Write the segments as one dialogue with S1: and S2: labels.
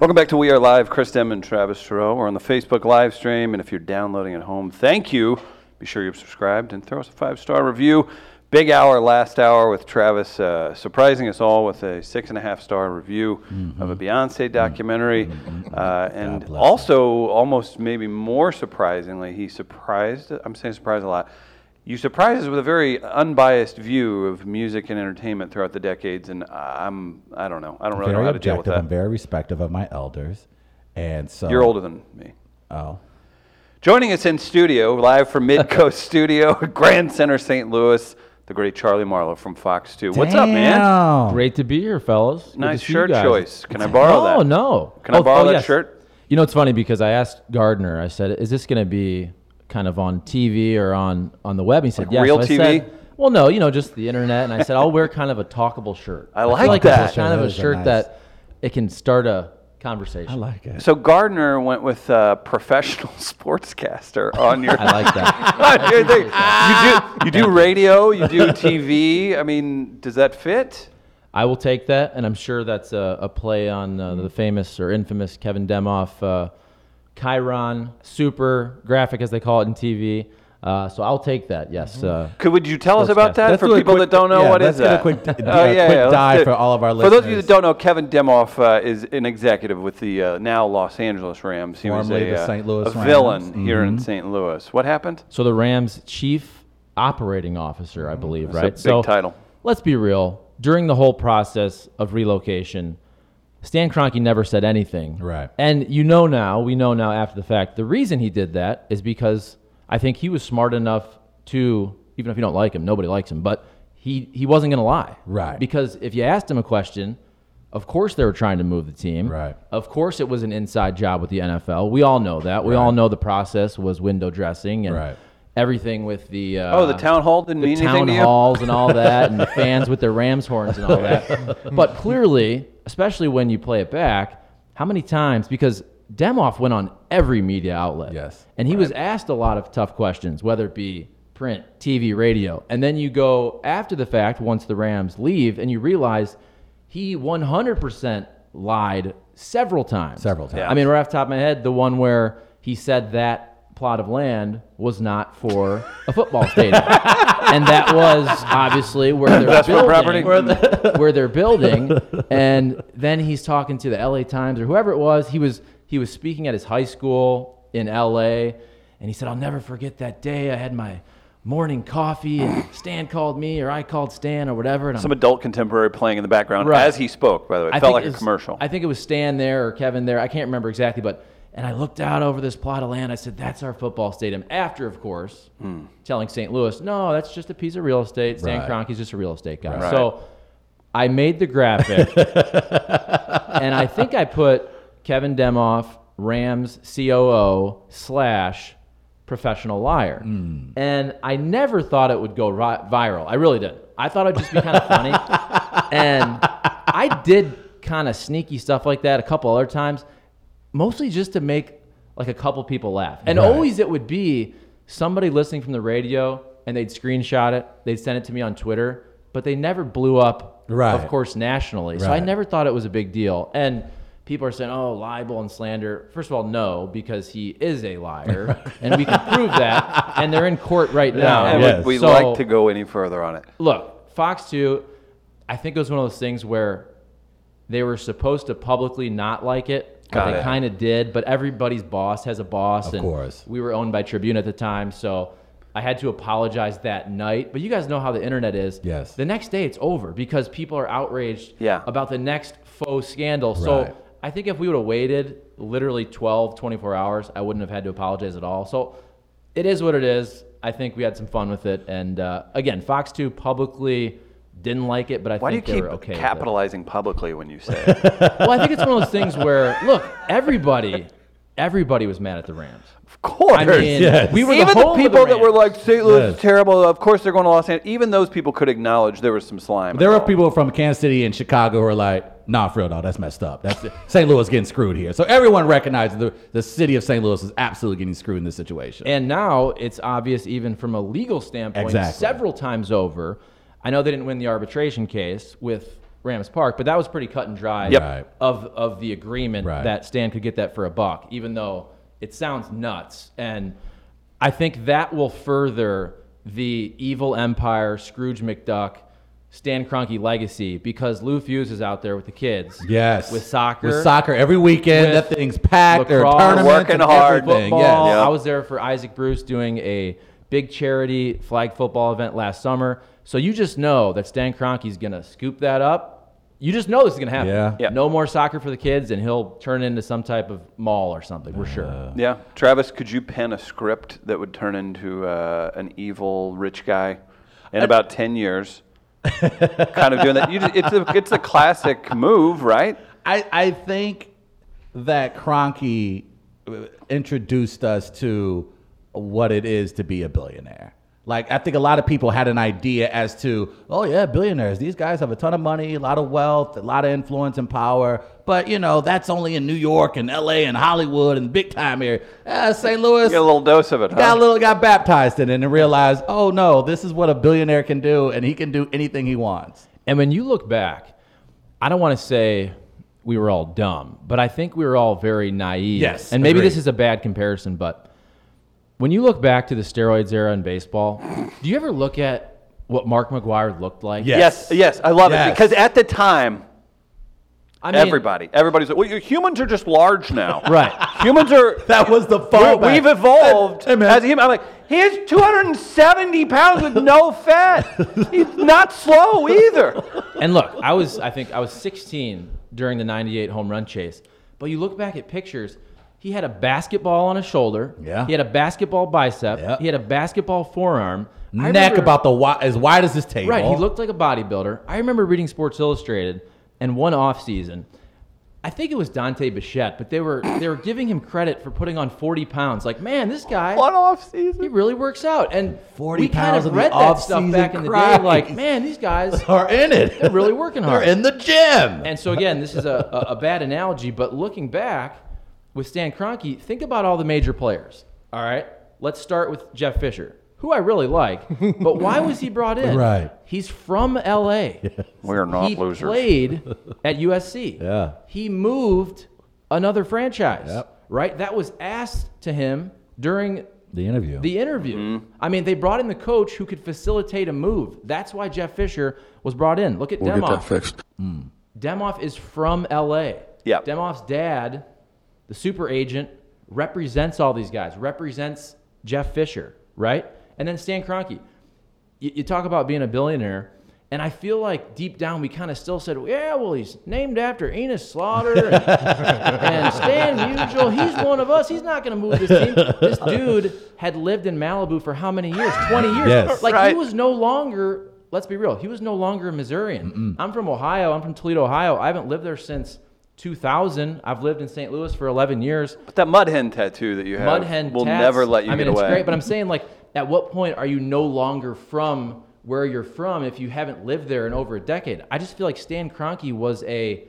S1: Welcome back to We Are Live. Chris Dem and Travis Thoreau. We're on the Facebook live stream, and if you're downloading at home, thank you. Be sure you're subscribed and throw us a five star review. Big hour last hour with Travis uh, surprising us all with a six and a half star review
S2: Mm-hmm.
S1: of a Beyonce documentary. Uh, and also, almost maybe more surprisingly, he surprised, I'm saying surprised a lot, you surprise us with a very unbiased view of music and entertainment throughout the decades, and uh, I'm I don't know I don't really know
S2: very
S1: how to deal with
S2: objective.
S1: that.
S2: I'm very respectful of my elders, and so
S1: You're older than me.
S2: Oh,
S1: Joining us in studio, live from Mid Coast Studio, Grand Center, St. Louis, the great Charlie Marlowe from Fox Two. What's up, man?
S2: Damn.
S3: Great to be here, fellas. Good to
S1: Nice
S3: see you
S1: shirt
S3: guys. oh,
S1: choice. Can I borrow
S3: no,
S1: that?
S3: no. oh,
S1: Can I borrow that shirt?
S3: You know, it's funny because I asked Gardner. I said, "Is this going to be kind of on TV or on on the web?" He said, "Yes."
S1: real
S3: So I
S1: TV?
S3: said, well, no, you know, just the internet. And I said, "I'll wear kind of a talkable shirt."
S1: I
S3: feel
S1: like that.
S3: It's kind of
S2: That
S3: a
S2: is a
S3: shirt
S2: nice-
S3: that it can start a conversation.
S2: I like it.
S1: So Gardner went with a professional sportscaster on your.
S3: I like that.
S1: on your thing. You
S3: Ah.
S1: do you do radio, you do TV. I mean, does that fit?
S3: I will take that, and I'm sure that's a, a play on uh, the famous or infamous Kevin Demoff, uh, Chiron super graphic as they call it in TV. Uh, so I'll take that. Yes. Uh,
S1: Could would you tell us about
S3: Sportscaster.
S1: that
S2: Let's
S1: for
S2: do a
S1: people
S2: quick-
S1: that don't know
S2: yeah,
S1: what
S2: let's
S1: is
S2: get
S1: that?
S2: a
S1: Oh,
S2: quick d- uh, quick
S1: let's
S2: dive
S1: do it.
S2: for all of our
S1: For those of you that
S2: listeners.
S1: don't know, Kevin Demoff uh, is an executive with the uh, now Los Angeles Rams. He
S2: Formerly
S1: was a,
S2: the
S1: uh,
S2: St. Louis
S1: a
S2: Rams. Mm-hmm.
S1: villain here in St. Louis. What happened?
S3: so the Rams' chief operating officer, I believe,
S1: a
S3: right?
S1: big
S3: so
S1: title.
S3: Let's be real. During the whole process of relocation, Stan Kroenke never said anything.
S2: Right.
S3: And you know now, we know now after the fact, the reason he did that is because I think he was smart enough to, even if you don't like him, nobody likes him, but he, he wasn't going to lie.
S2: Right.
S3: Because if you asked him a question, of course they were trying to move the team.
S2: Right.
S3: Of course it was an inside job with the NFL. We all know that. We all know the process was window dressing and
S2: Right.
S3: everything with the. Uh,
S1: oh, the town hall didn't
S3: the
S1: mean anything
S3: town
S1: to you.
S3: halls and all that, and the fans with their Rams horns and all that. but clearly, especially when you play it back, how many times? Because Demoff went on every media outlet.
S2: Yes.
S3: And he was asked a lot of tough questions, whether it be print, TV, radio. And then you go after the fact, once the Rams leave, and you realize he 100% lied several times.
S2: Several times.
S1: Yeah.
S3: I mean, right off the top of my head, the one where he said that plot of land was not for a football stadium. and that was obviously where they're
S1: Investment
S3: building,
S1: property?
S3: Where, where they're building. And then he's talking to the LA Times or whoever it was. He was he was speaking at his high school in LA and he said, I'll never forget that day I had my morning coffee and Stan called me or I called Stan or whatever. And I'm
S1: Some adult contemporary playing in the background
S3: Right.
S1: as he spoke. By the way, it
S3: I
S1: felt
S3: think
S1: like
S3: it
S1: a
S3: was-
S1: commercial.
S3: I think it was Stan there or Kevin there. I can't remember exactly, but and I looked out over this plot of land. I said, "That's our football stadium." After, of course,
S1: Hmm.
S3: telling St. Louis, "No, that's just a piece of real estate. Stan
S2: Right.
S3: Kroenke's just a real estate guy."
S1: Right.
S3: So I made the graphic, and I think I put Kevin Demoff, Rams COO slash professional liar,
S2: Hmm.
S3: and I never thought it would go ri- viral. I really did. I thought it'd just be kind of funny and I did kind of sneaky stuff like that a couple other times, mostly just to make like a couple people laugh. And
S2: Right.
S3: always it would be somebody listening from the radio and they'd screenshot it, they'd send it to me on Twitter, but they never blew up,
S2: Right.
S3: of course, nationally. So I
S2: Right.
S3: never thought it was a big deal. And people are saying, oh, libel and slander. First of all, no, because he is a liar, and we can prove that. And they're in court right now.
S1: and
S2: yes.
S1: Uh, we, we
S3: So-
S1: like to go any further on it.
S3: look, Fox 2, I think it was one of those things where they were supposed to publicly not like it.
S1: Got
S3: but they
S1: it.
S3: kind of did, but everybody's boss has a boss.
S2: Of
S3: and
S2: course.
S3: We were owned by Tribune at the time, so I had to apologize that night. But you guys know how the internet is.
S2: Yes.
S3: The next day it's over because people are outraged
S1: Yeah.
S3: about the next faux scandal.
S2: Right.
S3: So I think if we would have waited literally 12, 24 hours, I wouldn't have had to apologize at all. So it is what it is. I think we had some fun with it. And uh, again, Fox 2 publicly didn't like it, but I
S1: Why do you
S3: think they
S1: keep
S3: were okay. with it.
S1: capitalizing publicly when you say it?
S3: Well, I think it's one of those things where, look, everybody, everybody was mad at the Rams.
S1: Of course.
S3: I mean,
S2: Yes.
S3: we were
S1: even
S3: the,
S1: the,
S3: home of the
S1: people that were
S3: Rams.
S1: like St. Louis is
S2: Yes.
S1: terrible. Of course they're going to Los Angeles. Even those people could acknowledge there was some slime.
S2: There are people from Kansas City and Chicago who are like, nah, for real, no, that's messed up. That's St. Louis getting screwed here. So everyone recognizes the, the city of St. Louis is absolutely getting screwed in this situation.
S3: And now it's obvious, even from a legal standpoint,
S2: Exactly.
S3: several times over. I know they didn't win the arbitration case with Rams Park, but that was pretty cut and dry
S1: Yep.
S2: Right.
S3: of of the agreement
S2: Right.
S3: that Stan could get that for a buck, even though it sounds nuts. And I think that will further the evil empire, Scrooge McDuck, Stan Kroenke legacy because Lou Fuse is out there with the kids.
S2: Yes.
S3: With soccer.
S2: With soccer every weekend.
S3: With
S2: that thing's packed. There
S3: lacrosse.
S2: are tournaments.
S1: Working
S2: and
S1: hard.
S2: everything,
S3: football.
S2: yes.
S1: Yeah.
S3: I was there for Isaac Bruce doing a big charity flag football event last summer. So you just know that Stan Kroenke's going to scoop that up. You just know this is going to happen.
S2: Yeah.
S1: Yeah.
S3: No more soccer for the kids, and he'll turn into some type of mall or something. We're
S2: Uh.
S3: sure.
S1: Yeah, Travis, could you pen a script that would turn into uh, an evil rich guy in about ten years? kind of doing that. You just, it's a it's a classic move, right?
S2: I, I think that Kroenke introduced us to what it is to be a billionaire. Like I think a lot of people had an idea as to, oh yeah, billionaires. These guys have a ton of money, a lot of wealth, a lot of influence and power. But you know that's only in New York and L.A. and Hollywood and big time area. Ah, St. Louis
S1: Get a little dose of it. Huh?
S2: got a little got baptized in it and realized, oh no, this is what a billionaire can do, and he can do anything he wants.
S3: And when you look back, I don't want to say we were all dumb, but I think we were all very naive.
S2: Yes,
S3: And maybe
S2: agreed.
S3: this is a bad comparison, but when you look back to the steroids era in baseball, do you ever look at what Mark McGuire looked like?
S2: Yeah.
S1: yes, yes, I love
S2: Yes.
S1: it because at the time,
S3: I mean,
S1: everybody, everybody's like, well, you- humans are just large now,
S3: Right.
S1: Humans are
S2: That was the
S1: We're-
S2: fallback.
S1: We've evolved
S2: Hey, man.
S1: as a human. I'm like, he's 270 pounds with no fat. He's not slow either.
S3: and look, I was I think I was 16 during the 98 home run chase. But you look back at pictures, he had a basketball on his shoulder.
S2: Yeah.
S3: He had a basketball bicep.
S2: Yeah.
S3: He had a basketball forearm. I
S2: Neck
S3: remember-
S2: about the wi- as wide as this table.
S3: Right, he looked like a bodybuilder. I remember reading Sports Illustrated and one off season. I think it was Dante Bichette, but they were they were giving him credit for putting on 40 pounds. Like, man, this guy
S1: One off
S3: he
S1: season.
S3: really works out. And
S2: 40
S3: we kind
S2: pounds
S3: of
S2: in the
S3: read that stuff
S2: off-season,
S3: back in the day.
S2: Christ.
S3: Like, man, these guys
S2: are in it.
S3: They're really working hard.
S2: They're in the gym.
S3: And so again, this is a, a, a bad analogy, but looking back with Stan Kroenke, think about all the major players. All right, let's start with Jeff Fisher, who I really like, but why was he brought in?
S2: Right.
S3: he's from L.A.
S1: We're not
S3: he
S1: losers.
S3: played at USC.
S2: Yeah.
S3: he moved another franchise.
S2: Yep.
S3: Right, that was asked to him during
S2: the interview.
S3: the interview. I mean, they brought in the coach who could facilitate a move. That's why Jeff Fisher was brought in. Look at
S4: We'll get
S3: Demoff. Hmm.
S4: that fixed.
S3: Demoff is from LA.
S1: Yeah.
S3: Demoff's dad, the super agent, represents all these guys, represents Jeff Fisher, right? And then Stan Kroenke. You, you talk about being a billionaire, and I feel like deep down we kind of still said, yeah, well, he's named after Enos Slaughter and, and Stan Musial. He's one of us. He's not going to move this team. This dude had lived in Malibu for how many years? 20 years.
S2: Yes.
S3: Like, he
S1: Right.
S3: was no longer let's be real he was no longer a missourian i'm from ohio i'm from toledo ohio i haven't lived there since 2000 i've lived in st louis for 11 years
S1: But that mud hen tattoo that you have
S3: mud hen
S1: will
S3: tats,
S1: never let you
S3: i mean
S1: get
S3: it's
S1: away.
S3: great but i'm saying like at what point are you no longer from where you're from if you haven't lived there in over a decade i just feel like stan kroenke was a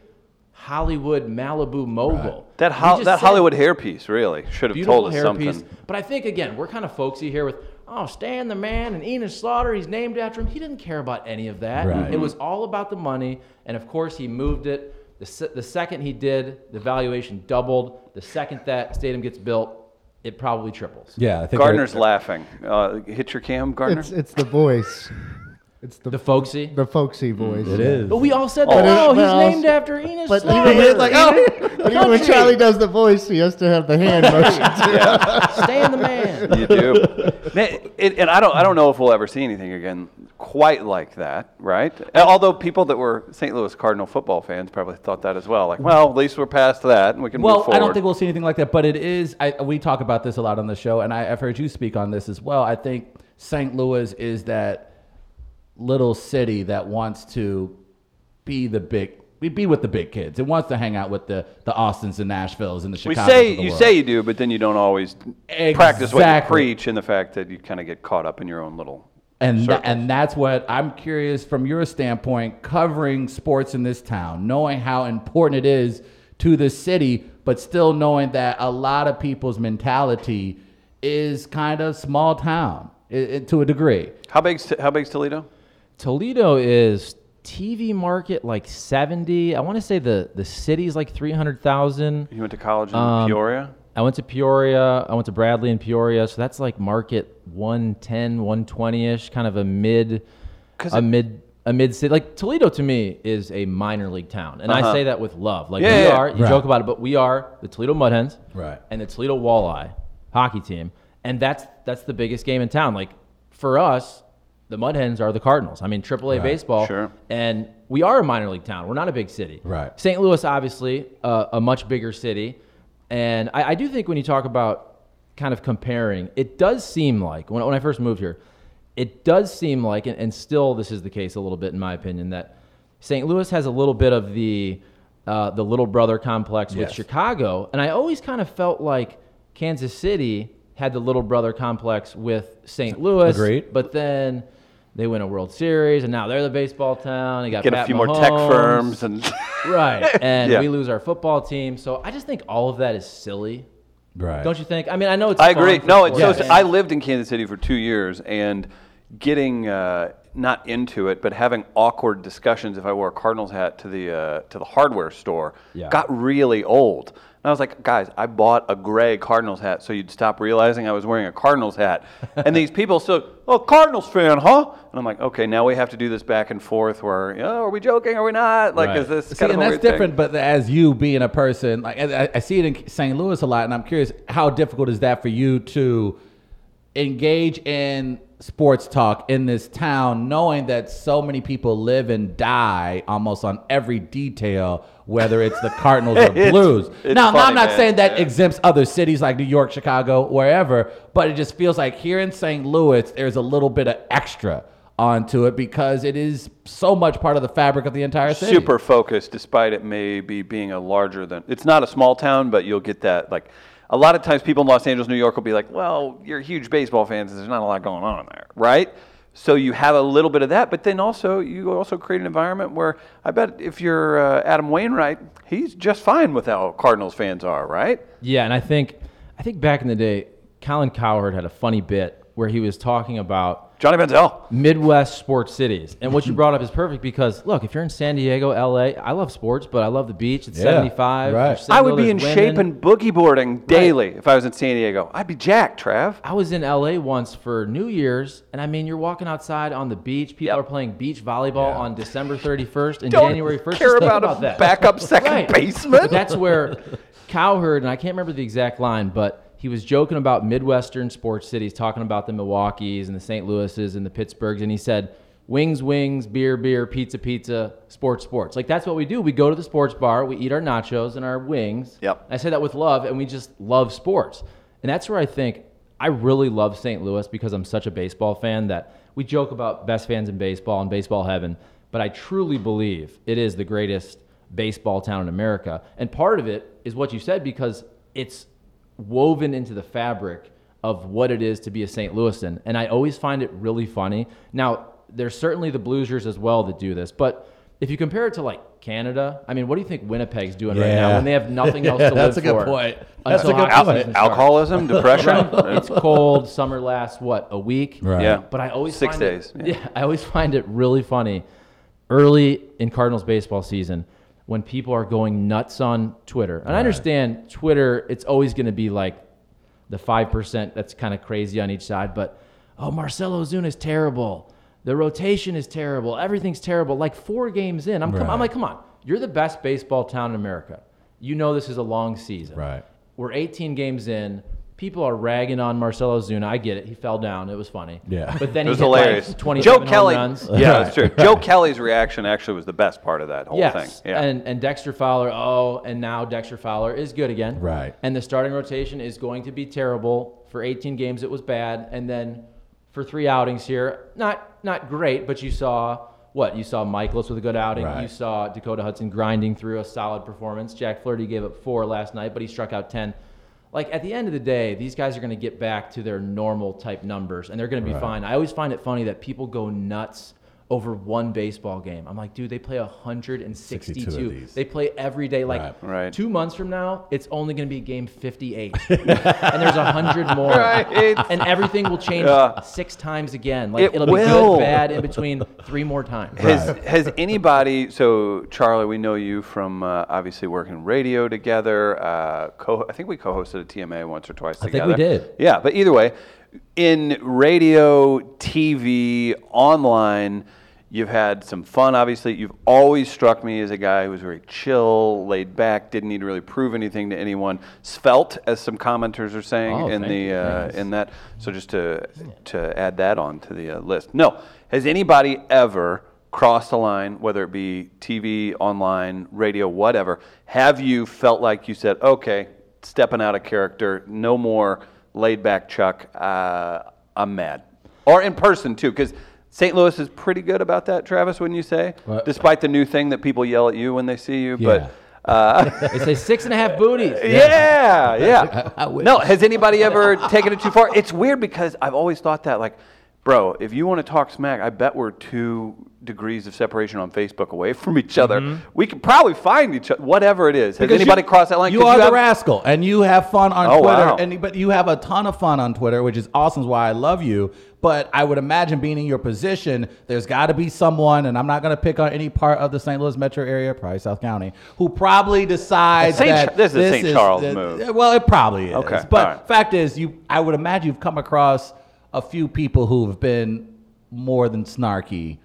S3: hollywood malibu mogul
S1: that
S3: He
S1: ho-
S3: just
S1: that
S3: said-
S1: Hollywood hairpiece really should have
S3: beautiful
S1: told us
S3: hairpiece.
S1: something.
S3: But I think again, we're kind of folksy here with oh Stan the man and Enos Slaughter. He's named after him. He didn't care about any of that.
S2: Right.
S3: It was all about the money, and of course he moved it. The, se- the second he did, the valuation doubled. The second that stadium gets built, it probably triples.
S2: yeah, I think
S1: Gardner's laughing. Uh, hit your cam, Gardner.
S5: It's it's the voice. It's the
S3: The folksy.
S5: the folksy voice.
S2: it is.
S3: but we all said
S1: Oh,
S3: that. no,
S5: but
S3: he's
S5: also-
S3: named after Enos
S5: but
S3: Slaughter.
S5: even
S2: It's like, oh,
S5: But even when Charlie does the voice, he has to have the hand motion. too.
S3: Stan the man.
S1: you do. Man, it- and I don't, I don't know if we'll ever see anything again quite like that, right? And although people that were St. Louis Cardinal football fans probably thought that as well. Like, well, at least we're past that and we can
S2: well,
S1: move forward.
S2: I don't think we'll see anything like that, but it is. I, we talk about this a lot on the show, and I, I've heard you speak on this as well. I think St. Louis is that little city that wants to be the big, we be with the big kids. It wants to hang out with the the Austins and Nashvilles and the
S1: we
S2: Chicago.
S1: say you say you do, but then you don't always practice what you
S2: Exactly.
S1: preach, and the fact that you kind of get caught up in your own little.
S2: And tha-
S1: circles.
S2: and that's what I'm curious from your standpoint, covering sports in this town, knowing how important it is to the city, but still knowing that a lot of people's mentality is kind of small town i i- to a degree.
S1: How big's how big's Toledo?
S3: Toledo is TV market like 70. I want to say the the city's like 300,000.
S1: You went to college in
S3: Um,
S1: Peoria?
S3: I went to Peoria. I went to Bradley in Peoria. So that's like market 110, 120 ish, kind of a mid,
S1: 'Cause
S3: a
S1: it-
S3: mid, a mid city. Like Toledo to me is a minor league town. And I say that with love. Like
S1: Uh-huh. Yeah,
S3: we
S1: yeah, yeah.
S3: are, you
S2: Right.
S3: joke about it, but we are the Toledo Mud Hens
S2: Right.
S3: and the Toledo Walleye hockey team. And that's, that's the biggest game in town. Like for us, the Mud Hens are the Cardinals. I mean, AAA baseball.
S1: Sure.
S3: And we are a minor league town. We're not a big city.
S2: Right.
S3: St. Louis, obviously, uh, a much bigger city. And I, I do think when you talk about kind of comparing, it does seem like, when, when I first moved here, it does seem like, and, and still this is the case a little bit in my opinion, that St. Louis has a little bit of the, uh, the little brother complex with
S2: Yes.
S3: Chicago. And I always kind of felt like Kansas City had the little brother complex with St. Louis.
S2: Agreed.
S3: But then they win a World Series, and now they're the baseball town. They got
S1: Get a
S3: Pat
S1: few more tech
S3: Mahomes.
S1: firms and
S3: Right. And
S1: Yeah.
S3: we lose our football team. So I just think all of that is silly.
S2: Right.
S3: Don't you think? I mean, I know it's.
S1: I
S3: fun
S1: agree.
S3: for
S1: No, it's
S3: sports
S1: so.
S3: fans.
S1: I lived in Kansas City for two years, and getting uh, not into it, but having awkward discussions if I wore a Cardinals hat to the uh, to the hardware store
S2: Yeah.
S1: got really old. And I was like, guys, I bought a gray Cardinals hat, so you'd stop realizing I was wearing a Cardinals hat. and these people still, oh, Cardinals fan, huh? And I'm like, okay, now we have to do this back and forth. Where, oh, are we joking? Are we not? Like,
S2: Right.
S1: is this
S2: See,
S1: kind of
S2: and
S1: a
S2: that's
S1: weird thing?
S2: different. But as you being a person, like I, I- I see it in St. Louis a lot, and I'm curious how difficult is that for you to engage in sports talk in this town, knowing that so many people live and die almost on every detail, whether it's the Cardinals or
S1: It's-
S2: Blues.
S1: it's
S2: now, now I'm
S1: funny,
S2: not
S1: man.
S2: saying that
S1: Yeah.
S2: exempts other cities like New York, Chicago, wherever, but it just feels like here in St. Louis, there's a little bit of extra onto it because it is so much part of the fabric of the entire city.
S1: super focused despite it maybe being a larger than it's not a small town but you'll get that like a lot of times people in los angeles new york will be like well you're huge baseball fans and there's not a lot going on there right so you have a little bit of that but then also you also create an environment where i bet if you're uh, adam wainwright he's just fine with how cardinals fans are right
S3: Yeah, and I think, I think back in the day, Colin Cowherd had a funny bit where he was talking about
S1: johnny benzel
S3: Midwest sports cities. And what you brought up is perfect because look, if you're in San Diego, LA, I love sports, but I love the beach. It's
S2: Yeah,
S3: 75.
S2: right.
S3: You're single,
S1: i would be
S3: there's
S1: in
S3: women.
S1: shape and boogie boarding daily if i was in san diego i'd be jacked trav
S3: I was in LA once for New Year's, and I mean, you're walking outside on the beach. People
S1: Yep.
S3: are playing beach volleyball on December 31st and
S1: Don't
S3: January 1st.
S1: care
S3: Just think
S1: about, a
S3: that.
S1: backup second
S3: Right.
S1: baseman
S3: That's where Cowherd, and I can't remember the exact line, but he was joking about Midwestern sports cities, talking about the Milwaukees and the St. Louis's and the Pittsburghs, and he said, "Wings, wings, beer, beer, pizza, pizza, sports, sports." Like that's what we do. We go to the sports bar, we eat our nachos and our wings.
S1: Yep.
S3: I say that with love, and we just love sports, and that's where I think I really love St. Louis because I'm such a baseball fan that we joke about best fans in baseball and baseball heaven, but I truly believe it is the greatest baseball town in America. And part of it is what you said because it's woven into the fabric of what it is to be a St. Louisan. And I always find it really funny. Now, there's certainly the Bluesers as well that do this, but if you compare it to like Canada, I mean, what do you think Winnipeg's doing right now
S2: Yeah.
S3: when they have nothing else to live
S2: That's a good
S3: for?
S2: point. That's
S3: until
S2: a good
S3: hockey
S2: point.
S3: season starts?
S1: alcoholism, depression.
S3: Right. it's cold. Summer lasts what a week.
S2: Right.
S1: Yeah,
S3: But I always
S1: six
S3: find
S1: days.
S3: It, yeah. I always find it really funny early in Cardinals baseball season when people are going nuts on Twitter. And I understand Twitter. It's always going to be like the five percent that's kind of crazy on each side. But oh, Marcelo Zuna is terrible. The rotation is terrible. Everything's terrible. Like four games in, I'm com- I'm
S2: Right.
S3: like, come on, you're the best baseball town in America. You know this is a long season.
S2: Right.
S3: We're 18 games in. People are ragging on Marcelo Zuna. I get it. He fell down. It was funny.
S2: Yeah.
S3: But then
S1: It
S3: he
S1: was
S3: hit
S1: hilarious.
S3: like 27
S1: Joe
S3: home
S1: Kelly.
S3: runs.
S1: Yeah, that's true. Joe Kelly's reaction actually was the best part of that whole
S3: Yes.
S1: thing. Yeah.
S3: And and Dexter Fowler, oh, and now Dexter Fowler is good again.
S2: Right.
S3: And the starting rotation is going to be terrible. For 18 games it was bad and then for 3 outings here, not not great, but you saw what? You saw Michaelis with a good outing.
S2: Right.
S3: You saw Dakota Hudson grinding through a solid performance. Jack Flaherty gave up 4 last night, but he struck out 10. Like at the end of the day, these guys are going to get back to their normal type numbers and they're going to be fine. I always find it funny that people go nuts over one baseball game. I'm like, dude, they play 162.
S2: 62 of these.
S3: They play every day. Like
S2: Right.
S1: Right.
S3: two months from now, it's only going to be game 58, and there's 100 more,
S1: Right.
S3: and everything will change
S1: Yeah.
S3: six times again. Like
S1: It
S3: it will be
S1: will.
S3: good, bad, in between three more times.
S1: Has, has anybody, so Charlie, we know you from uh, obviously working radio together. Uh, co- I think we co hosted a TMA once or twice
S2: think
S1: together.
S2: we did.
S1: Yeah, but either way, in radio, TV, online, you've had some fun, obviously. You've always struck me as a guy who was very chill, laid back, didn't need to really prove anything to anyone. Svelte, as some commenters are saying
S3: Oh,
S1: in
S3: thank
S1: the
S3: you.
S1: uh, in that. So just to to add that on to the uh, list. No, has anybody ever crossed a line, whether it be TV, online, radio, whatever? Have you felt like you said, okay, stepping out of character, no more laid back Chuck, uh, I'm mad, or in person too, because. St. Louis is pretty good about that, Travis, wouldn't you say?
S2: Well-
S1: Despite the new thing that people yell at you when they see you,
S2: Yeah.
S1: but
S3: They say six and a half booties.
S1: yeah, yeah.
S2: I- I wish.
S1: no, has anybody ever taken it too far? It's weird because I've always thought that, like, bro, if you want to talk smack, I bet we're two degrees of separation on Facebook away from each other. We could probably find each other, whatever it is. Has
S2: Mm-hmm. Because
S1: anybody
S2: you-
S1: crossed that line?
S2: You
S1: 'Cause
S2: are the
S1: have-
S2: rascal, and you have fun on
S1: Oh,
S2: Twitter.
S1: wow.
S2: And but you have a ton of fun on Twitter, which is awesome. Is why I love you. But I would imagine being in your position, there's got to be someone, and I'm not going to pick on any part of the St. Louis metro area, probably South County, who probably decides
S1: Saint
S2: that
S1: Ch- this is a Saint Charles move.
S2: Well, it probably is.
S1: Okay,
S2: but
S1: all right.
S2: fact is, you I would imagine you've come across a few people who have been more than snarky.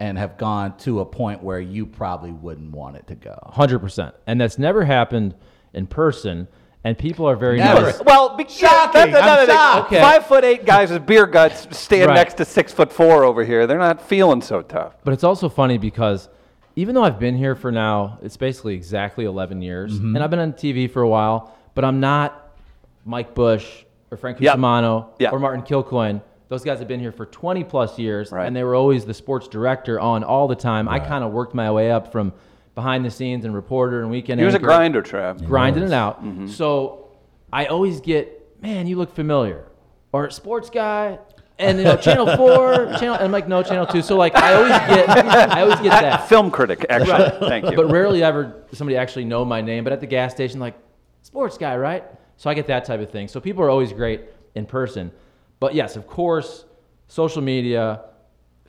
S2: And have gone to a point where you probably wouldn't want it to go.
S3: hundred percent, and that's never happened in person. And people are very
S2: Never.
S3: nice.
S1: Well, be- yeah, that's
S2: Shocking. I'm
S1: another thing.
S2: shocked.
S3: Okay.
S1: Five foot eight guys with beer guts stand
S3: Right.
S1: next to six foot four over here. They're not feeling so tough.
S3: But it's also funny because even though I've been here for now, it's basically exactly 11 years,
S1: Mm-hmm.
S3: and I've been on TV for a while, but I'm not Mike Bush or Frank
S1: Yeah.
S3: Cusimano
S1: Yeah.
S3: or Martin Kilcoin. Those guys have been here for 20 plus years,
S1: Right.
S3: and they were always the sports director on all the time. I kind of worked my way up from behind the scenes and reporter and weekend.
S1: He was a
S3: anchor
S1: grinder, Trav.
S3: grinding it out.
S1: Mm-hmm.
S3: So I always get, man, you look familiar, or sports guy, and you know, Channel Four, Channel. And I'm like, no, Channel Two. So like, I always get, I always get that,
S1: Film critic, actually. Thank you.
S3: but rarely ever somebody actually know my name. But at the gas station, like, sports guy, right? So I get that type of thing. So people are always great in person, but yes, of course, social media.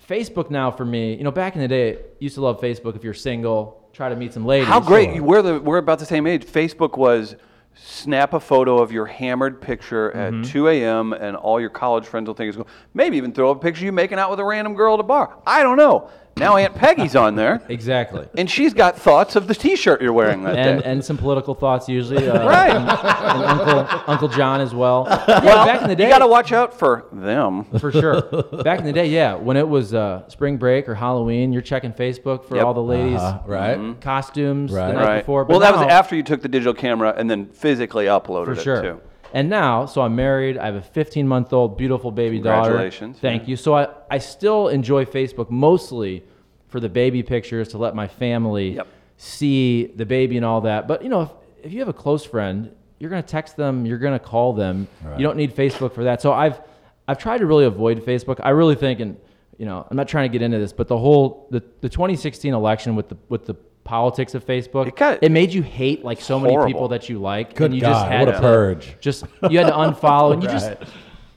S3: Facebook now for me, you know, back in the day, used to love Facebook if you're single, try to meet some ladies.
S1: How great! We're the we're about the same age. Facebook was snap a photo of your hammered picture
S3: Mm-hmm.
S1: at 2 a.m. and all your college friends will think it's cool. Maybe even throw up a picture of you making out with a random girl at a bar. I don't know. Now Aunt Peggy's on there,
S3: Exactly.
S1: and she's got thoughts of the T-shirt you're wearing that
S3: and
S1: day.
S3: and some political thoughts usually. Uh,
S1: Right.
S3: And, and Uncle Uncle John as well. Yeah,
S1: well,
S3: back in the day,
S1: you got to watch out for them.
S3: for sure. Back in the day, yeah, when it was uh, spring break or Halloween, you're checking Facebook for
S1: Yep. Uh-huh.
S3: all the ladies'
S2: Uh, right?
S1: Mm-hmm.
S3: costumes
S2: Right.
S3: the night
S1: Right.
S3: before.
S1: well,
S3: but
S1: that was
S3: now-
S1: after you took the digital camera and then physically uploaded
S3: for sure.
S1: it too.
S3: And now, so I'm married. I have a 15 month old beautiful baby daughter.
S1: Congratulations.
S3: Thank you. So I, I still enjoy Facebook mostly for the baby pictures to let my family
S1: Yep.
S3: see the baby and all that. But you know, if, if you have a close friend, you're gonna text them. You're gonna call them. You don't need Facebook for that. So I've I've tried to really avoid Facebook. I really think, and you know, I'm not trying to get into this, but the whole the, the 2016 election with the with the politics of Facebook,
S1: It got-
S3: it made you hate like so
S1: Horrible.
S3: many people that you like.
S2: Good
S3: and you just
S2: God,
S3: had
S2: what a
S3: to-
S2: purge.
S3: Just you had to unfollow, and you just.
S2: Right.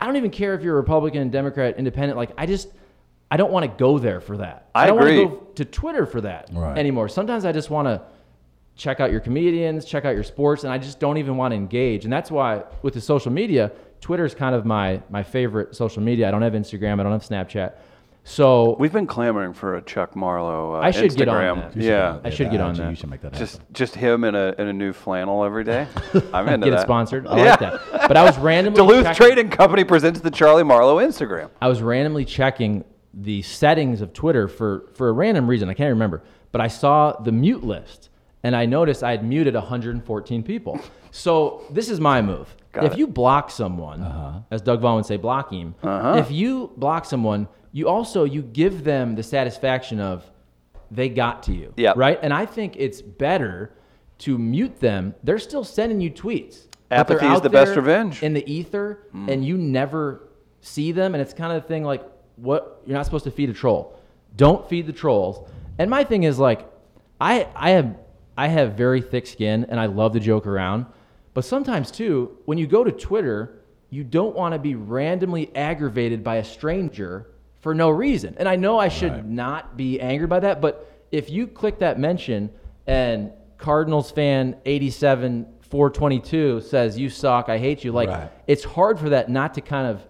S3: I don't even care if you're a Republican, Democrat, Independent. Like I just, I don't want to go there for that.
S1: I
S3: don't
S1: agree.
S3: want to go to Twitter for that
S2: Right.
S3: anymore. Sometimes I just want to check out your comedians, check out your sports, and I just don't even want to engage. And that's why with the social media, Twitter is kind of my my favorite social media. I don't have Instagram. I don't have Snapchat. So
S1: We've been clamoring for a Chuck Marlowe. Uh,
S3: I should
S1: Instagram.
S3: get on that. You should
S1: Yeah.
S3: I should get on that.
S2: You should make that happen.
S1: Just just him in a in a new flannel every day. I'm into
S3: get
S1: that.
S3: it sponsored. I
S1: Yeah.
S3: like that. But I was randomly
S1: Duluth
S3: checking-
S1: Trading Company presents the Charlie Marlowe Instagram.
S3: I was randomly checking the settings of Twitter for for a random reason. I can't remember, but I saw the mute list and I noticed I had muted 114 people. So this is my move.
S1: Got
S3: if
S1: it. Uh-huh.
S3: you block someone, as Doug Vaughn would say, block him. If you block someone, you also you give them the satisfaction of they got to you,
S1: Yeah.
S3: right? And I think it's better to mute them. They're still sending you tweets. but they're
S1: Apathy is
S3: out
S1: the best
S3: there
S1: revenge.
S3: in the ether and you never see them and it's kind of the thing like what you're not supposed to feed a troll Don't feed the trolls. And my thing is like, I I have I have very thick skin and I love to joke around, but sometimes too, when you go to Twitter, you don't want to be randomly aggravated by a stranger for no reason. And I know I should not be angered by that, but if you click that mention and Cardinals fan 87 422 says you suck, I hate you, like
S2: Right.
S3: it's hard for that not to kind of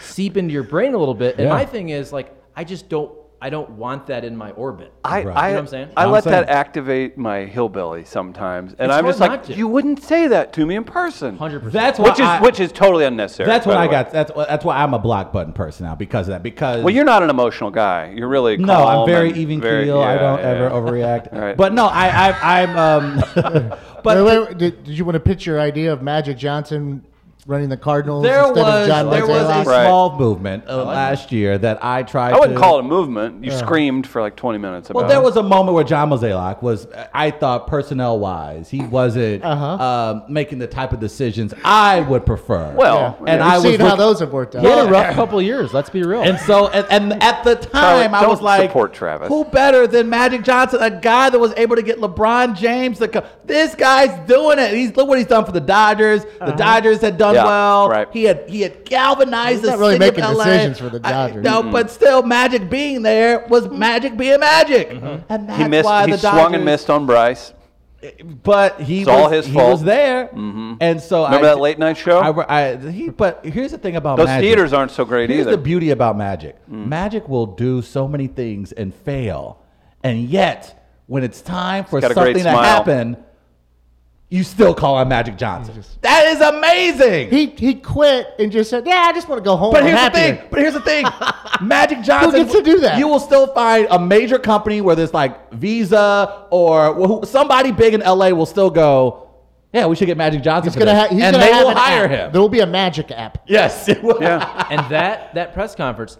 S3: seep into your brain a little bit. And
S2: Yeah.
S3: my thing is like I just don't I don't want that in my orbit.
S1: I,
S2: Right.
S1: I,
S3: You know what I'm saying?
S1: I
S2: I'm
S1: let
S2: saying-
S1: that activate my hillbilly sometimes, and
S3: It's
S1: I'm
S3: hard
S1: just like,
S3: not to.
S1: you wouldn't say that to me in person.
S3: 100%.
S2: That's why
S1: Which is
S2: I-
S1: which is totally unnecessary.
S2: That's
S1: by
S2: what
S1: the
S2: I
S1: way.
S2: got. That's that's why I'm a block button person now because of that. Because
S1: Well, you're not an emotional guy. You're really
S2: no, I'm
S1: calm
S2: very
S1: and
S2: even
S1: very-
S2: keel. I
S1: yeah,
S2: don't
S1: yeah.
S2: ever overreact.
S1: All right.
S2: But no, I, I I'm um. but
S5: Wait, wait, wait, did, did you want to pitch your idea of Magic Johnson running the Cardinals
S2: there
S5: instead
S2: was
S5: of John
S2: there was a
S5: Mozeliak?
S1: Right.
S2: small movement uh, last year that I tried.
S1: I wouldn't
S2: to,
S1: call it a movement. You screamed for like 20 minutes about.
S2: Well, there
S1: it.
S2: was a moment where John Mozeliak was, uh, I thought, personnel wise, he wasn't um, making the type of decisions I would prefer.
S1: Well,
S5: Yeah.
S1: yeah.
S2: and I was
S5: We've seen how
S2: look-
S5: those have worked out.
S3: He had a rough couple of years. Let's be real.
S2: And so, and, and at the time, I
S1: don't
S2: was like,
S1: support Travis.
S2: Who better than Magic Johnson, a guy that was able to get LeBron James to come? This guy's doing it. He's look what he's done for the Dodgers.
S5: Uh-huh.
S2: The Dodgers had done
S1: Yeah,
S2: well.
S1: right.
S2: He had he had galvanized
S5: He's
S2: the
S5: not really
S2: city of
S5: making
S2: LA.
S5: decisions for the
S2: I-
S5: Dodgers.
S2: no, but still, Magic being there was Magic being Magic, and that's
S1: Mm-hmm. he missed.
S2: why
S1: He
S2: the
S1: swung
S2: Dodgers
S1: and missed on Bryce.
S2: but he
S1: It's
S2: was,
S1: all his
S2: he
S1: fault. Mm-hmm.
S2: was there, and so
S1: Remember
S2: I,
S1: that late night show?
S2: I, I- he, but here's the thing about
S1: Those
S2: magic.
S1: theaters aren't so great
S2: Here's
S1: either.
S2: the beauty about magic. Magic will do so many things and fail, and yet when it's time for
S1: got a great
S2: something to
S1: smile.
S2: happen, you still call on Magic Johnson. that is amazing.
S5: He he quit and just said, "Yeah, I just want to go home."
S2: But
S5: I'm
S2: here's
S5: happier."
S2: the thing. But here's the thing. Magic Johnson.
S5: gets to do that?
S2: You will still find a major company, whether it's like Visa or who- somebody big in LA, will still go. Yeah, we should get Magic Johnson.
S5: He's
S2: for
S5: gonna
S2: this."
S5: ha- he's
S2: and
S5: gonna
S2: they
S5: have
S2: will
S5: an
S2: hire
S5: app.
S2: him.
S5: There will be a Magic app.
S2: yes. it will.
S1: yeah.
S3: and that that press conference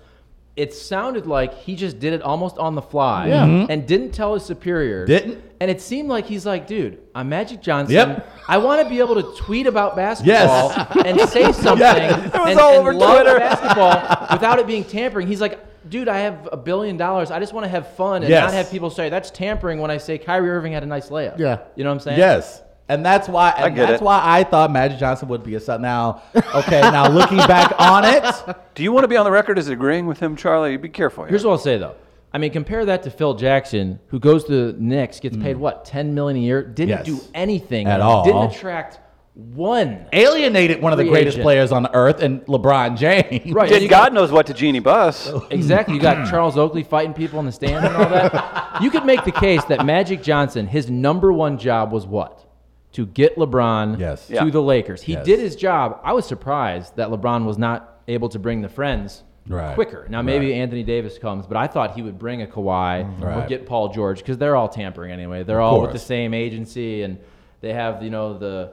S3: it sounded like he just did it almost on the fly
S5: Yeah. Mhm.
S3: and didn't tell his superior
S2: Mm-hmm. Didn't.
S3: and it seemed like he's like dude i'm magic johnson
S2: Yep.
S3: i want to be able to tweet about basketball and say something
S2: Yes. It was
S3: and,
S2: all
S3: and
S2: over
S3: love
S2: Twitter.
S3: basketball without it being tampering he's like Dude, I have a billion dollars. I just want to have fun and
S2: Yes.
S3: not have people say that's tampering when I say Kyrie Irving had a nice layup.
S5: Yeah.
S3: you know what I'm saying?
S2: Yes. And that's why and
S1: get
S2: that's
S1: it.
S2: why I thought Magic Johnson would be a son. Now, okay, now looking back on it,
S1: Do you want to be on the record as agreeing with him, Charlie? Be careful. Here.
S3: Here's what I'll say though. I mean, compare that to Phil Jackson, who goes to the Knicks, gets paid what ten million a year, didn't
S2: Yes.
S3: do anything
S2: At all.
S3: didn't attract one.
S2: alienated one of the
S3: Free
S2: greatest
S3: agent.
S2: players on earth and LeBron James.
S3: Right?
S1: Did
S3: you
S1: God knows what to Genie Bus?
S2: Oh.
S3: got- exactly. You
S2: Hmm.
S3: got Charles Oakley fighting people in the stands and all that. you could make the case that Magic Johnson, his number one job was what? To get LeBron
S2: Yes.
S3: to
S1: Yeah.
S3: the Lakers. He
S2: Yes.
S3: did his job. I was surprised that LeBron was not able to bring the friends
S2: Right.
S3: quicker. Now maybe
S2: Right. Mm-hmm.
S3: Anthony Davis comes, but I thought he would bring a Kawhi or
S2: Right.
S3: get Paul George because they're all tampering anyway. They're all with the
S2: course.
S3: same agency and they have you know the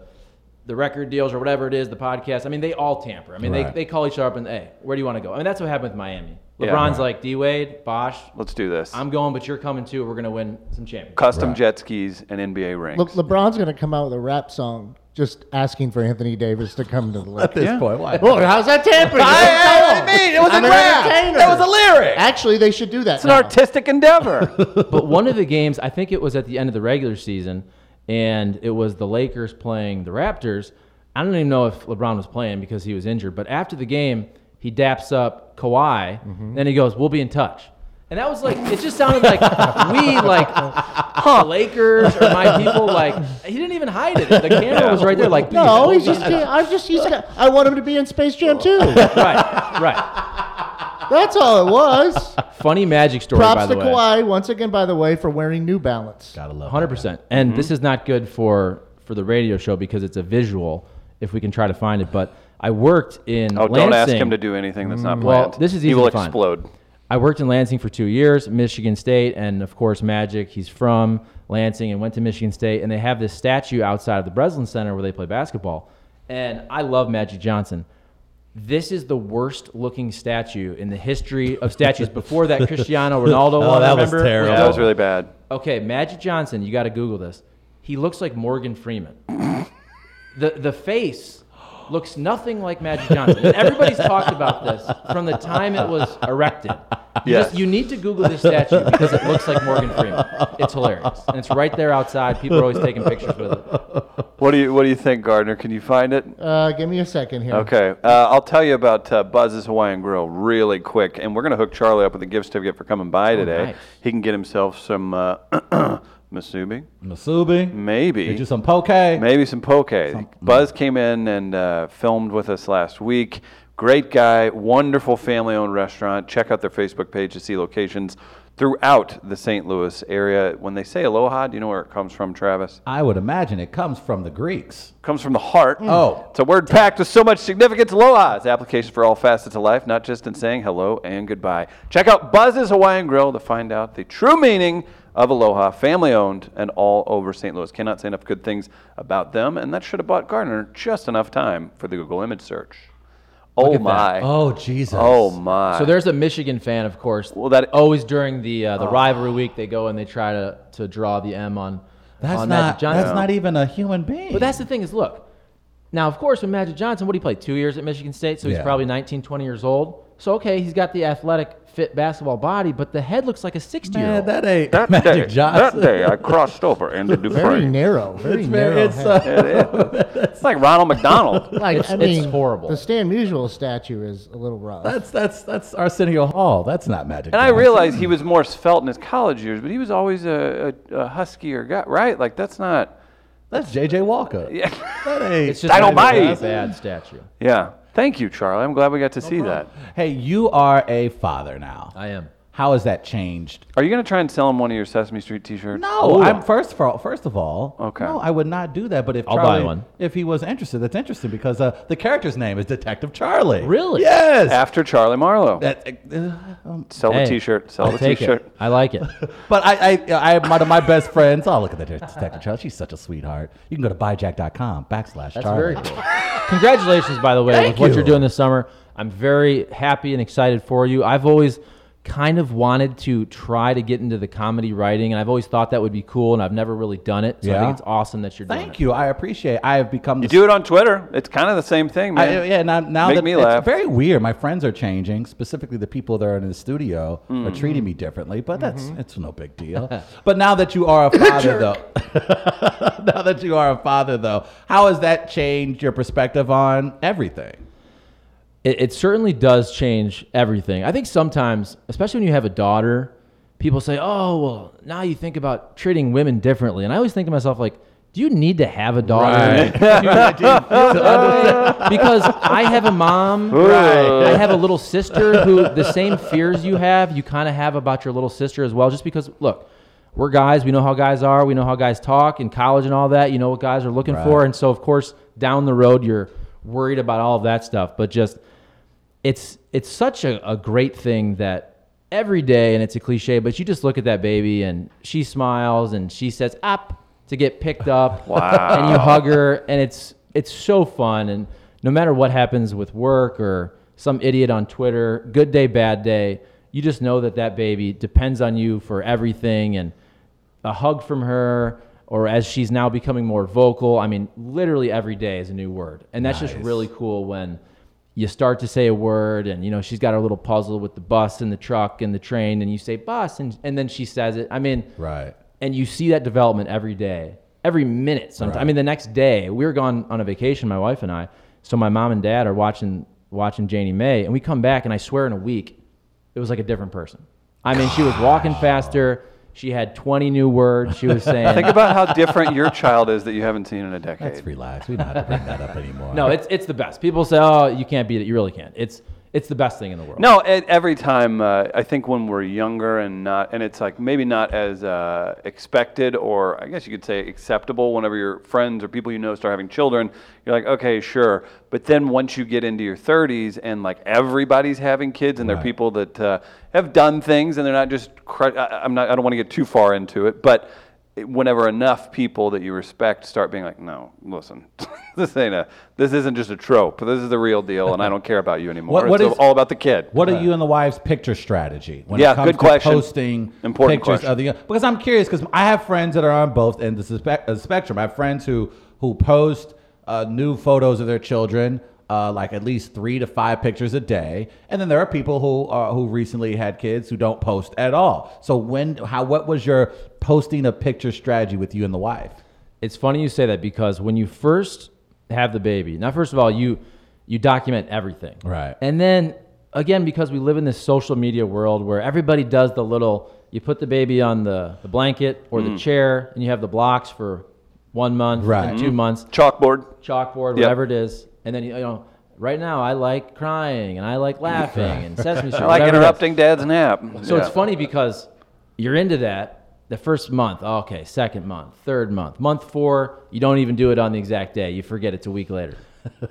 S3: the record deals or whatever it is, the podcast. I mean, they all tamper. I mean,
S2: Right.
S3: they, they call each other up and hey, where do you want to go? I mean, that's what happened with Miami. LeBron's
S1: Yeah. Right.
S3: like D Wade, Bosch,
S1: Let's do this.
S3: I'm going, but you're coming too. We're gonna win some championships.
S1: Custom
S2: Right.
S1: jet skis and NBA rings.
S5: Le- LeBron's going to come out with a rap song just asking for Anthony Davis to come to the
S2: At
S5: league.
S2: this
S1: Yeah.
S2: point, why?
S5: Well, how's that tampering?
S2: I, I, what do you mean? It was
S5: I'm
S2: a
S5: an
S2: rap.
S5: entertainer.
S2: It was a lyric.
S5: Actually, they should do that.
S1: it's an artistic endeavor.
S3: but one of the games, I think it was at the end of the regular season, and it was the Lakers playing the Raptors. I don't even know if LeBron was playing because he was injured, but after the game, he daps up Kawhi,
S5: Mm-hmm.
S3: then he goes, "We'll be in touch." And that was like, it just sounded like we, like, huh, Lakers or my people, like, he didn't even hide it. The camera was right there, like,
S5: No, he's just. I'm just. He's. got- I want him to be in Space Jam too.
S2: Oh.
S3: right, right.
S5: That's all it was.
S3: Funny magic story, by
S5: Props
S3: the
S5: to
S3: way.
S5: Kawhi once again, by the way, for wearing New Balance.
S2: Gotta love
S3: Hundred percent. And
S1: Mm-hmm.
S3: this is not good for for the radio show because it's a visual. If we can try to find it, but I worked in.
S1: Oh,
S3: Lansing. Mm,
S1: don't ask him to do anything that's not
S3: Well,
S1: planned.
S3: this is easy
S1: He will
S3: to find.
S1: explode.
S3: I worked in Lansing for two years, Michigan State, and of course Magic. He's from Lansing and went to Michigan State, and they have this statue outside of the Breslin Center where they play basketball. And I love Magic Johnson. This is the worst looking statue in the history of statues. Before that, Cristiano Ronaldo.
S2: Oh,
S3: one,
S2: that was
S3: remember?
S2: terrible.
S1: Yeah, that was really bad.
S3: Okay, Magic Johnson, you got to Google this. He looks like Morgan Freeman. the the face looks nothing like Magic Johnson. And everybody's talked about this from the time it was erected. You,
S1: Yes.
S3: just, you need to Google this statue because it looks like Morgan Freeman. It's hilarious. And it's right there outside. People are always taking pictures with it.
S1: What do you What do you think, Gardner? Can you find it?
S5: Uh, give me a second here.
S1: Okay, uh, I'll tell you about uh, Buzz's Hawaiian Grill really quick, and we're gonna hook Charlie up with a gift certificate for coming by today.
S3: Oh, nice.
S1: He can get himself some uh, masubi,
S2: Masubi.
S1: maybe.
S2: Get you some poke. Maybe.
S1: Maybe some poke. Buzz came in and uh, filmed with us last week. Great guy, wonderful family owned restaurant. Check out their Facebook page to see locations throughout the St. Louis area. When they say aloha, do you know where it comes from, Travis?
S2: I would imagine it comes from the Greeks.
S1: It comes from the heart.
S2: Oh.
S1: It's a word packed with so much significance. Aloha is application for all facets of life, not just in saying hello and goodbye. Check out Buzz's Hawaiian Grill to find out the true meaning of aloha, family owned and all over St. Louis. Cannot say enough good things about them, and that should have bought Gardner just enough time for the Google image search. Oh my.
S2: Oh Jesus.
S1: Oh my.
S3: So Oh, there's a Michigan fan, of course.
S1: Well, that-
S3: always during the uh, the
S2: Oh.
S3: rivalry week, they go and they try to, to draw the M on
S2: That's
S3: on
S2: not.
S3: Magic Johnson.
S2: That's not even a human being.
S3: But that's the thing is, look. Now, of course, with Magic Johnson, what did he play? Two years at Michigan State, so he's
S2: Yeah.
S3: probably 19, 20 years old. So, okay, he's got the athletic, fit basketball body, but the head looks like a 60 year
S2: Man,
S3: old.
S2: that ain't
S1: that
S2: Magic
S1: day,
S2: Johnson.
S1: That day I crossed over into
S5: Very
S1: Dufresne.
S5: narrow. Very
S2: It's,
S5: narrow.
S2: very, it's,
S5: head.
S2: uh,
S1: It's like Ronald McDonald.
S5: like
S3: it's-
S5: I
S3: it's
S5: mean,
S3: horrible.
S5: The Stan Musial statue is a little rough.
S2: that's that's that's Arsenio Hall. That's not Magic.
S1: And I
S2: Johnson.
S1: realize he was more svelte in his college years, but he was always a, a, a huskier guy, right? Like that's not.
S2: that's J.J. Walker.
S1: Yeah.
S2: That ain't.
S3: It's just
S1: I don't
S3: a
S1: mind.
S3: bad statue.
S1: yeah. Thank you, Charlie. I'm glad we got to see that.
S2: Hey, you are a father now.
S3: I am.
S2: How has that changed?
S1: Are you gonna try and sell him one of your Sesame Street T-shirts?
S2: No, I'm first for all, first of all.
S1: Okay.
S2: No, I would not do that. But if
S3: I'll buy
S2: Charlie,
S3: one.
S2: if he was interested, that's interesting because uh, the character's name is Detective Charlie.
S3: Really?
S2: Yes.
S1: After Charlie Marlowe.
S2: That- uh, um,
S1: Sell
S3: Hey,
S1: the T-shirt. Sell
S3: I'll
S1: the
S3: take
S1: T-shirt.
S3: It. I like it.
S2: But I, I, I am one of my best friends. Oh, look at that Detective Charlie. She's such a sweetheart. You can go to buyjack.com backslash
S3: That's
S2: Charlie.
S3: very cool. Congratulations, by the way,
S2: Thank
S3: with what
S2: you.
S3: you're doing this summer. I'm very happy and excited for you. I've always kind of wanted to try to get into the comedy writing, and I've always thought that would be cool, and I've never really done it. So I
S2: Yeah.
S3: think it's awesome that you're doing it.
S2: Thank you. I appreciate. I have become.
S1: You do it on Twitter. It's kind of the same thing,
S2: I,
S1: man.
S2: yeah, now, now
S1: Make
S2: that
S1: me
S2: it's
S1: laugh.
S2: very weird. My friends are changing, specifically the people that are in the studio are treating me differently, but that's it's no big deal. but now that you are a father, though, now that you are a father, though, how has that changed your perspective on everything?
S3: it, it certainly does change everything. I think sometimes, especially when you have a daughter, people say, "Oh, well, now you think about treating women differently." And I always think to myself, like, "Do you need to have a daughter?"
S2: Right.
S3: because I have a mom. I have a little sister who the same fears you have, you kind of have about your little sister as well. Just because, look, we're guys. We know how guys are. We know how guys talk in college and all that. You know what guys are looking for.
S2: Right.
S3: And so, of course, down the road, you're worried about all of that stuff. But just it's it's such a, a great thing that every day and it's a cliche but you just look at that baby and she smiles and she says up to get picked up
S1: Wow.
S3: and you hug her and it's it's so fun and no matter what happens with work or some idiot on twitter good day bad day you just know that that baby depends on you for everything and a hug from her or as she's now becoming more vocal i mean literally every day is a new word and that's just
S2: Nice.
S3: really cool when you start to say a word and you know she's got her little puzzle with the bus and the truck and the train and you say bus and, and then she says it i mean
S2: Right.
S3: and you see that development every day, every minute. Sometimes I mean, the next day we were gone on a vacation, my wife and I. So my mom and dad are watching watching Janie May, and we come back, and I swear, in a week, it was like a different person. I mean, she was walking faster. She had 20 new words. She was saying,
S1: Think about how different your child is that you haven't seen in a decade.
S2: Let's relax. We don't have to bring that up anymore.
S3: "No, it's it's the best." People say, "Oh, you can't beat it. You really can't." It's it's the best thing in the world.
S1: No, it, every time uh, I think when we're younger and not, and it's like maybe not as uh, expected or I guess you could say acceptable. Whenever your friends or people you know start having children, you're like, okay, sure. But then once you get into your 30s and like everybody's having kids, and they're
S2: Right.
S1: people that uh, have done things, and they're not just. Cr- I, I'm not. I don't want to get too far into it, but. it- Whenever enough people that you respect start being like, no, listen, this ain't a, this isn't just a trope. This is the real deal, and I don't care about you anymore.
S2: What- what
S1: it's
S2: is-
S1: all about the kid.
S2: What are you and the wife's picture strategy when
S1: Uh, Yeah,
S2: it comes
S1: good
S2: to
S1: question.
S2: posting
S1: Important
S2: pictures
S1: question.
S2: of the because I'm curious because I have friends that are on both ends of the spe- uh, spectrum. I have friends who who post uh, new photos of their children, uh, like at least three to five pictures a day. And then there are people who are, who recently had kids who don't post at all. So when how what was your posting a picture strategy with you and the wife?
S3: It's funny you say that because when you first have the baby, now first of all, you you document everything.
S2: Right.
S3: And then again, because we live in this social media world where everybody does the little you put the baby on the, the blanket or
S1: Mm.
S3: the chair and you have the blocks for one month,
S2: Right.
S3: and two months,
S1: Chalkboard.
S3: chalkboard,
S1: Mm-hmm. Yep.
S3: whatever it is. And then you know, right now I like crying and I like laughing and Sesame Street.
S1: I like
S3: whatever it is.
S1: interrupting dad's nap.
S3: So
S1: Yeah.
S3: it's funny because you're into that the first month. Oh, Okay, second month, third month, month four. You don't even do it on the exact day. You forget it's a week later.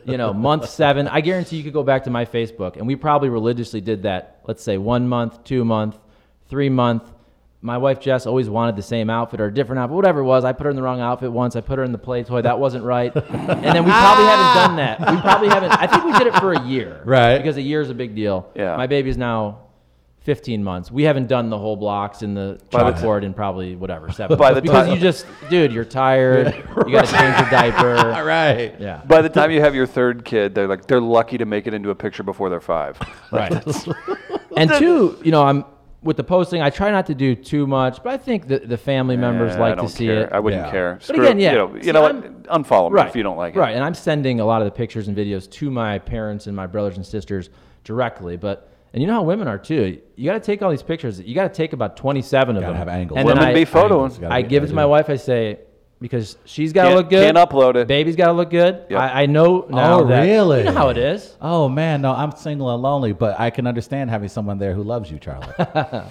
S3: You know, month seven. I guarantee you could go back to my Facebook, and we probably religiously did that. Let's say one month, two month, three month. My wife Jess always wanted the same outfit or a different outfit, whatever it was. I put her in the wrong outfit once. I put her in the play toy. That wasn't right. And then we probably haven't
S1: Ah.
S3: done that. We probably haven't. I think we did it for a year.
S2: Right.
S3: Because a year is a big deal.
S1: Yeah.
S3: My baby's now 15 months. We haven't done the whole blocks in the
S1: By the
S3: chalkboard in probably whatever seven.
S1: By
S3: months.
S1: the
S3: because
S1: time-
S3: you just, dude, you're tired. You got to change your diaper.
S2: All right.
S3: Yeah.
S1: By the time you have your third kid, they're like they're lucky to make it into a picture before they're five.
S3: Right. and two, you know, I'm with the posting. I try not to do too much, but I think the, the family members
S1: Eh, I
S3: like
S1: don't
S3: to see
S1: care.
S3: it.
S1: I wouldn't
S2: Yeah.
S1: care.
S3: But again, yeah.
S1: You know, you
S3: See,
S1: know
S3: I'm-
S1: what? Unfollow me
S3: right.
S1: if you don't like
S3: Right.
S1: it.
S3: And I'm sending a lot of the pictures and videos to my parents and my brothers and sisters directly, but. And you know how women are too. You got to take all these pictures. You got to take about 27 of
S2: Gotta
S3: them.
S2: have angles.
S3: And then
S1: Women
S3: I-
S1: be
S2: angles,
S1: photoing.
S2: gotta
S3: I
S2: be-
S3: give it to
S2: do.
S3: my wife. I say because she's got to
S1: Can't-
S3: look good.
S1: can't upload it.
S3: Baby's got to look good.
S1: Yep.
S3: I, I know now.
S2: Oh,
S3: that-
S2: really?
S3: You know how it is.
S2: Oh man, no, I'm single and lonely, but I can understand having someone there who loves you, Charlie.
S3: But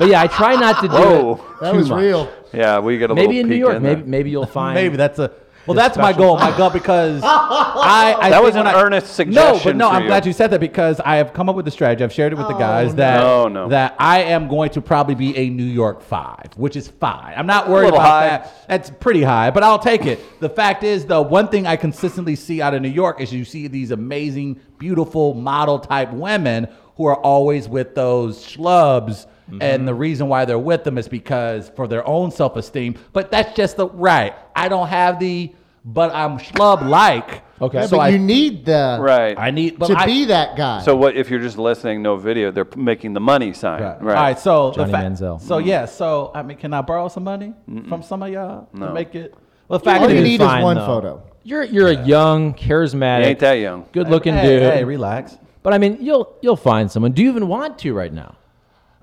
S3: yeah, I try not to do
S1: Whoa.
S3: it.
S5: That
S3: too
S5: was
S3: much.
S1: Oh.
S5: real.
S1: Yeah, we get a
S3: Maybe
S1: little
S3: in New
S1: peek
S3: York.
S1: there.
S3: Maybe maybe you'll find.
S2: Maybe that's a well. That's my goal. My goal because I, I
S1: That was
S2: think when
S1: an
S2: I-
S1: earnest
S2: No, but
S1: suggestion
S2: no,
S1: for
S2: I'm
S1: you. Oh,
S2: glad you said that because I have come up with a strategy. I've shared it with the guys that
S1: no. No, no.
S2: that I am going to probably be a New York five, which is fine. I'm not worried
S1: little
S2: about
S1: high.
S2: that. That's pretty high, but I'll take it. The fact is, though, one thing I consistently see out of New York is you see these amazing, beautiful model type women who are always with those schlubs. And the
S1: Mm-hmm.
S2: reason why they're with them is because for their own self esteem. But that's just the right. I don't have the, but I'm schlub like.
S3: Okay.
S5: Yeah,
S2: so
S5: but
S2: I,
S5: you need the
S1: Right.
S2: I need but
S5: to
S2: I-
S5: be that guy.
S1: So what if you're just listening, no video? They're p- making the money sign,
S2: Right.
S1: right?
S2: All right. So
S3: Johnny
S2: the fa-
S3: Manziel.
S2: So yeah. So I mean, can I borrow some money from some of y'all to make it? Well, the fact
S5: all you
S2: is-
S5: need is
S3: fine,
S5: one
S3: though.
S5: photo.
S3: You're you're a young,
S1: You
S3: charismatic,
S1: ain't that young.
S3: good-looking
S2: hey,
S3: dude.
S2: Hey, relax.
S3: but I mean, you'll you'll find someone. Do you even want to right now?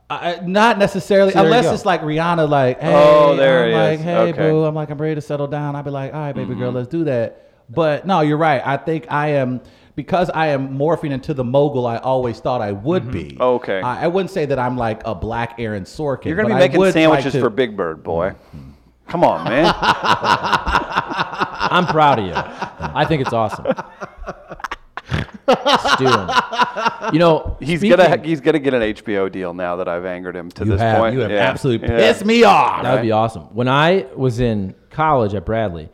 S2: I, I- not necessarily,
S3: there you
S2: unless
S3: go.
S2: it's like Rihanna, like, hey,
S1: Oh, there
S2: I'm
S1: it
S2: like,
S1: is.
S2: hey,
S1: Okay. Mm-hmm.
S2: boo, I'm like, I'm ready to settle down. I'd be like, all right, baby girl, let's do that. But no, you're right. I think I am because I am morphing into the mogul I always thought I would be.
S1: Mm-hmm. Okay.
S2: I, I wouldn't say that I'm like a black Aaron Sorkin.
S1: You're gonna
S2: but
S1: be
S2: I
S1: making
S2: would like
S1: sandwiches
S2: to-
S1: for Big Bird, boy.
S3: Mm-hmm.
S1: Come on, man.
S3: I'm proud of you. I think it's awesome. Stewing. You know,
S1: He's
S3: speaking-
S1: gonna he's gonna get an HBO deal now that I've angered him to
S2: You
S1: this
S2: have,
S1: point.
S2: you have
S1: Yeah.
S2: absolutely
S1: Yeah.
S2: pissed me off.
S3: That would be awesome. When I was in college at Bradley,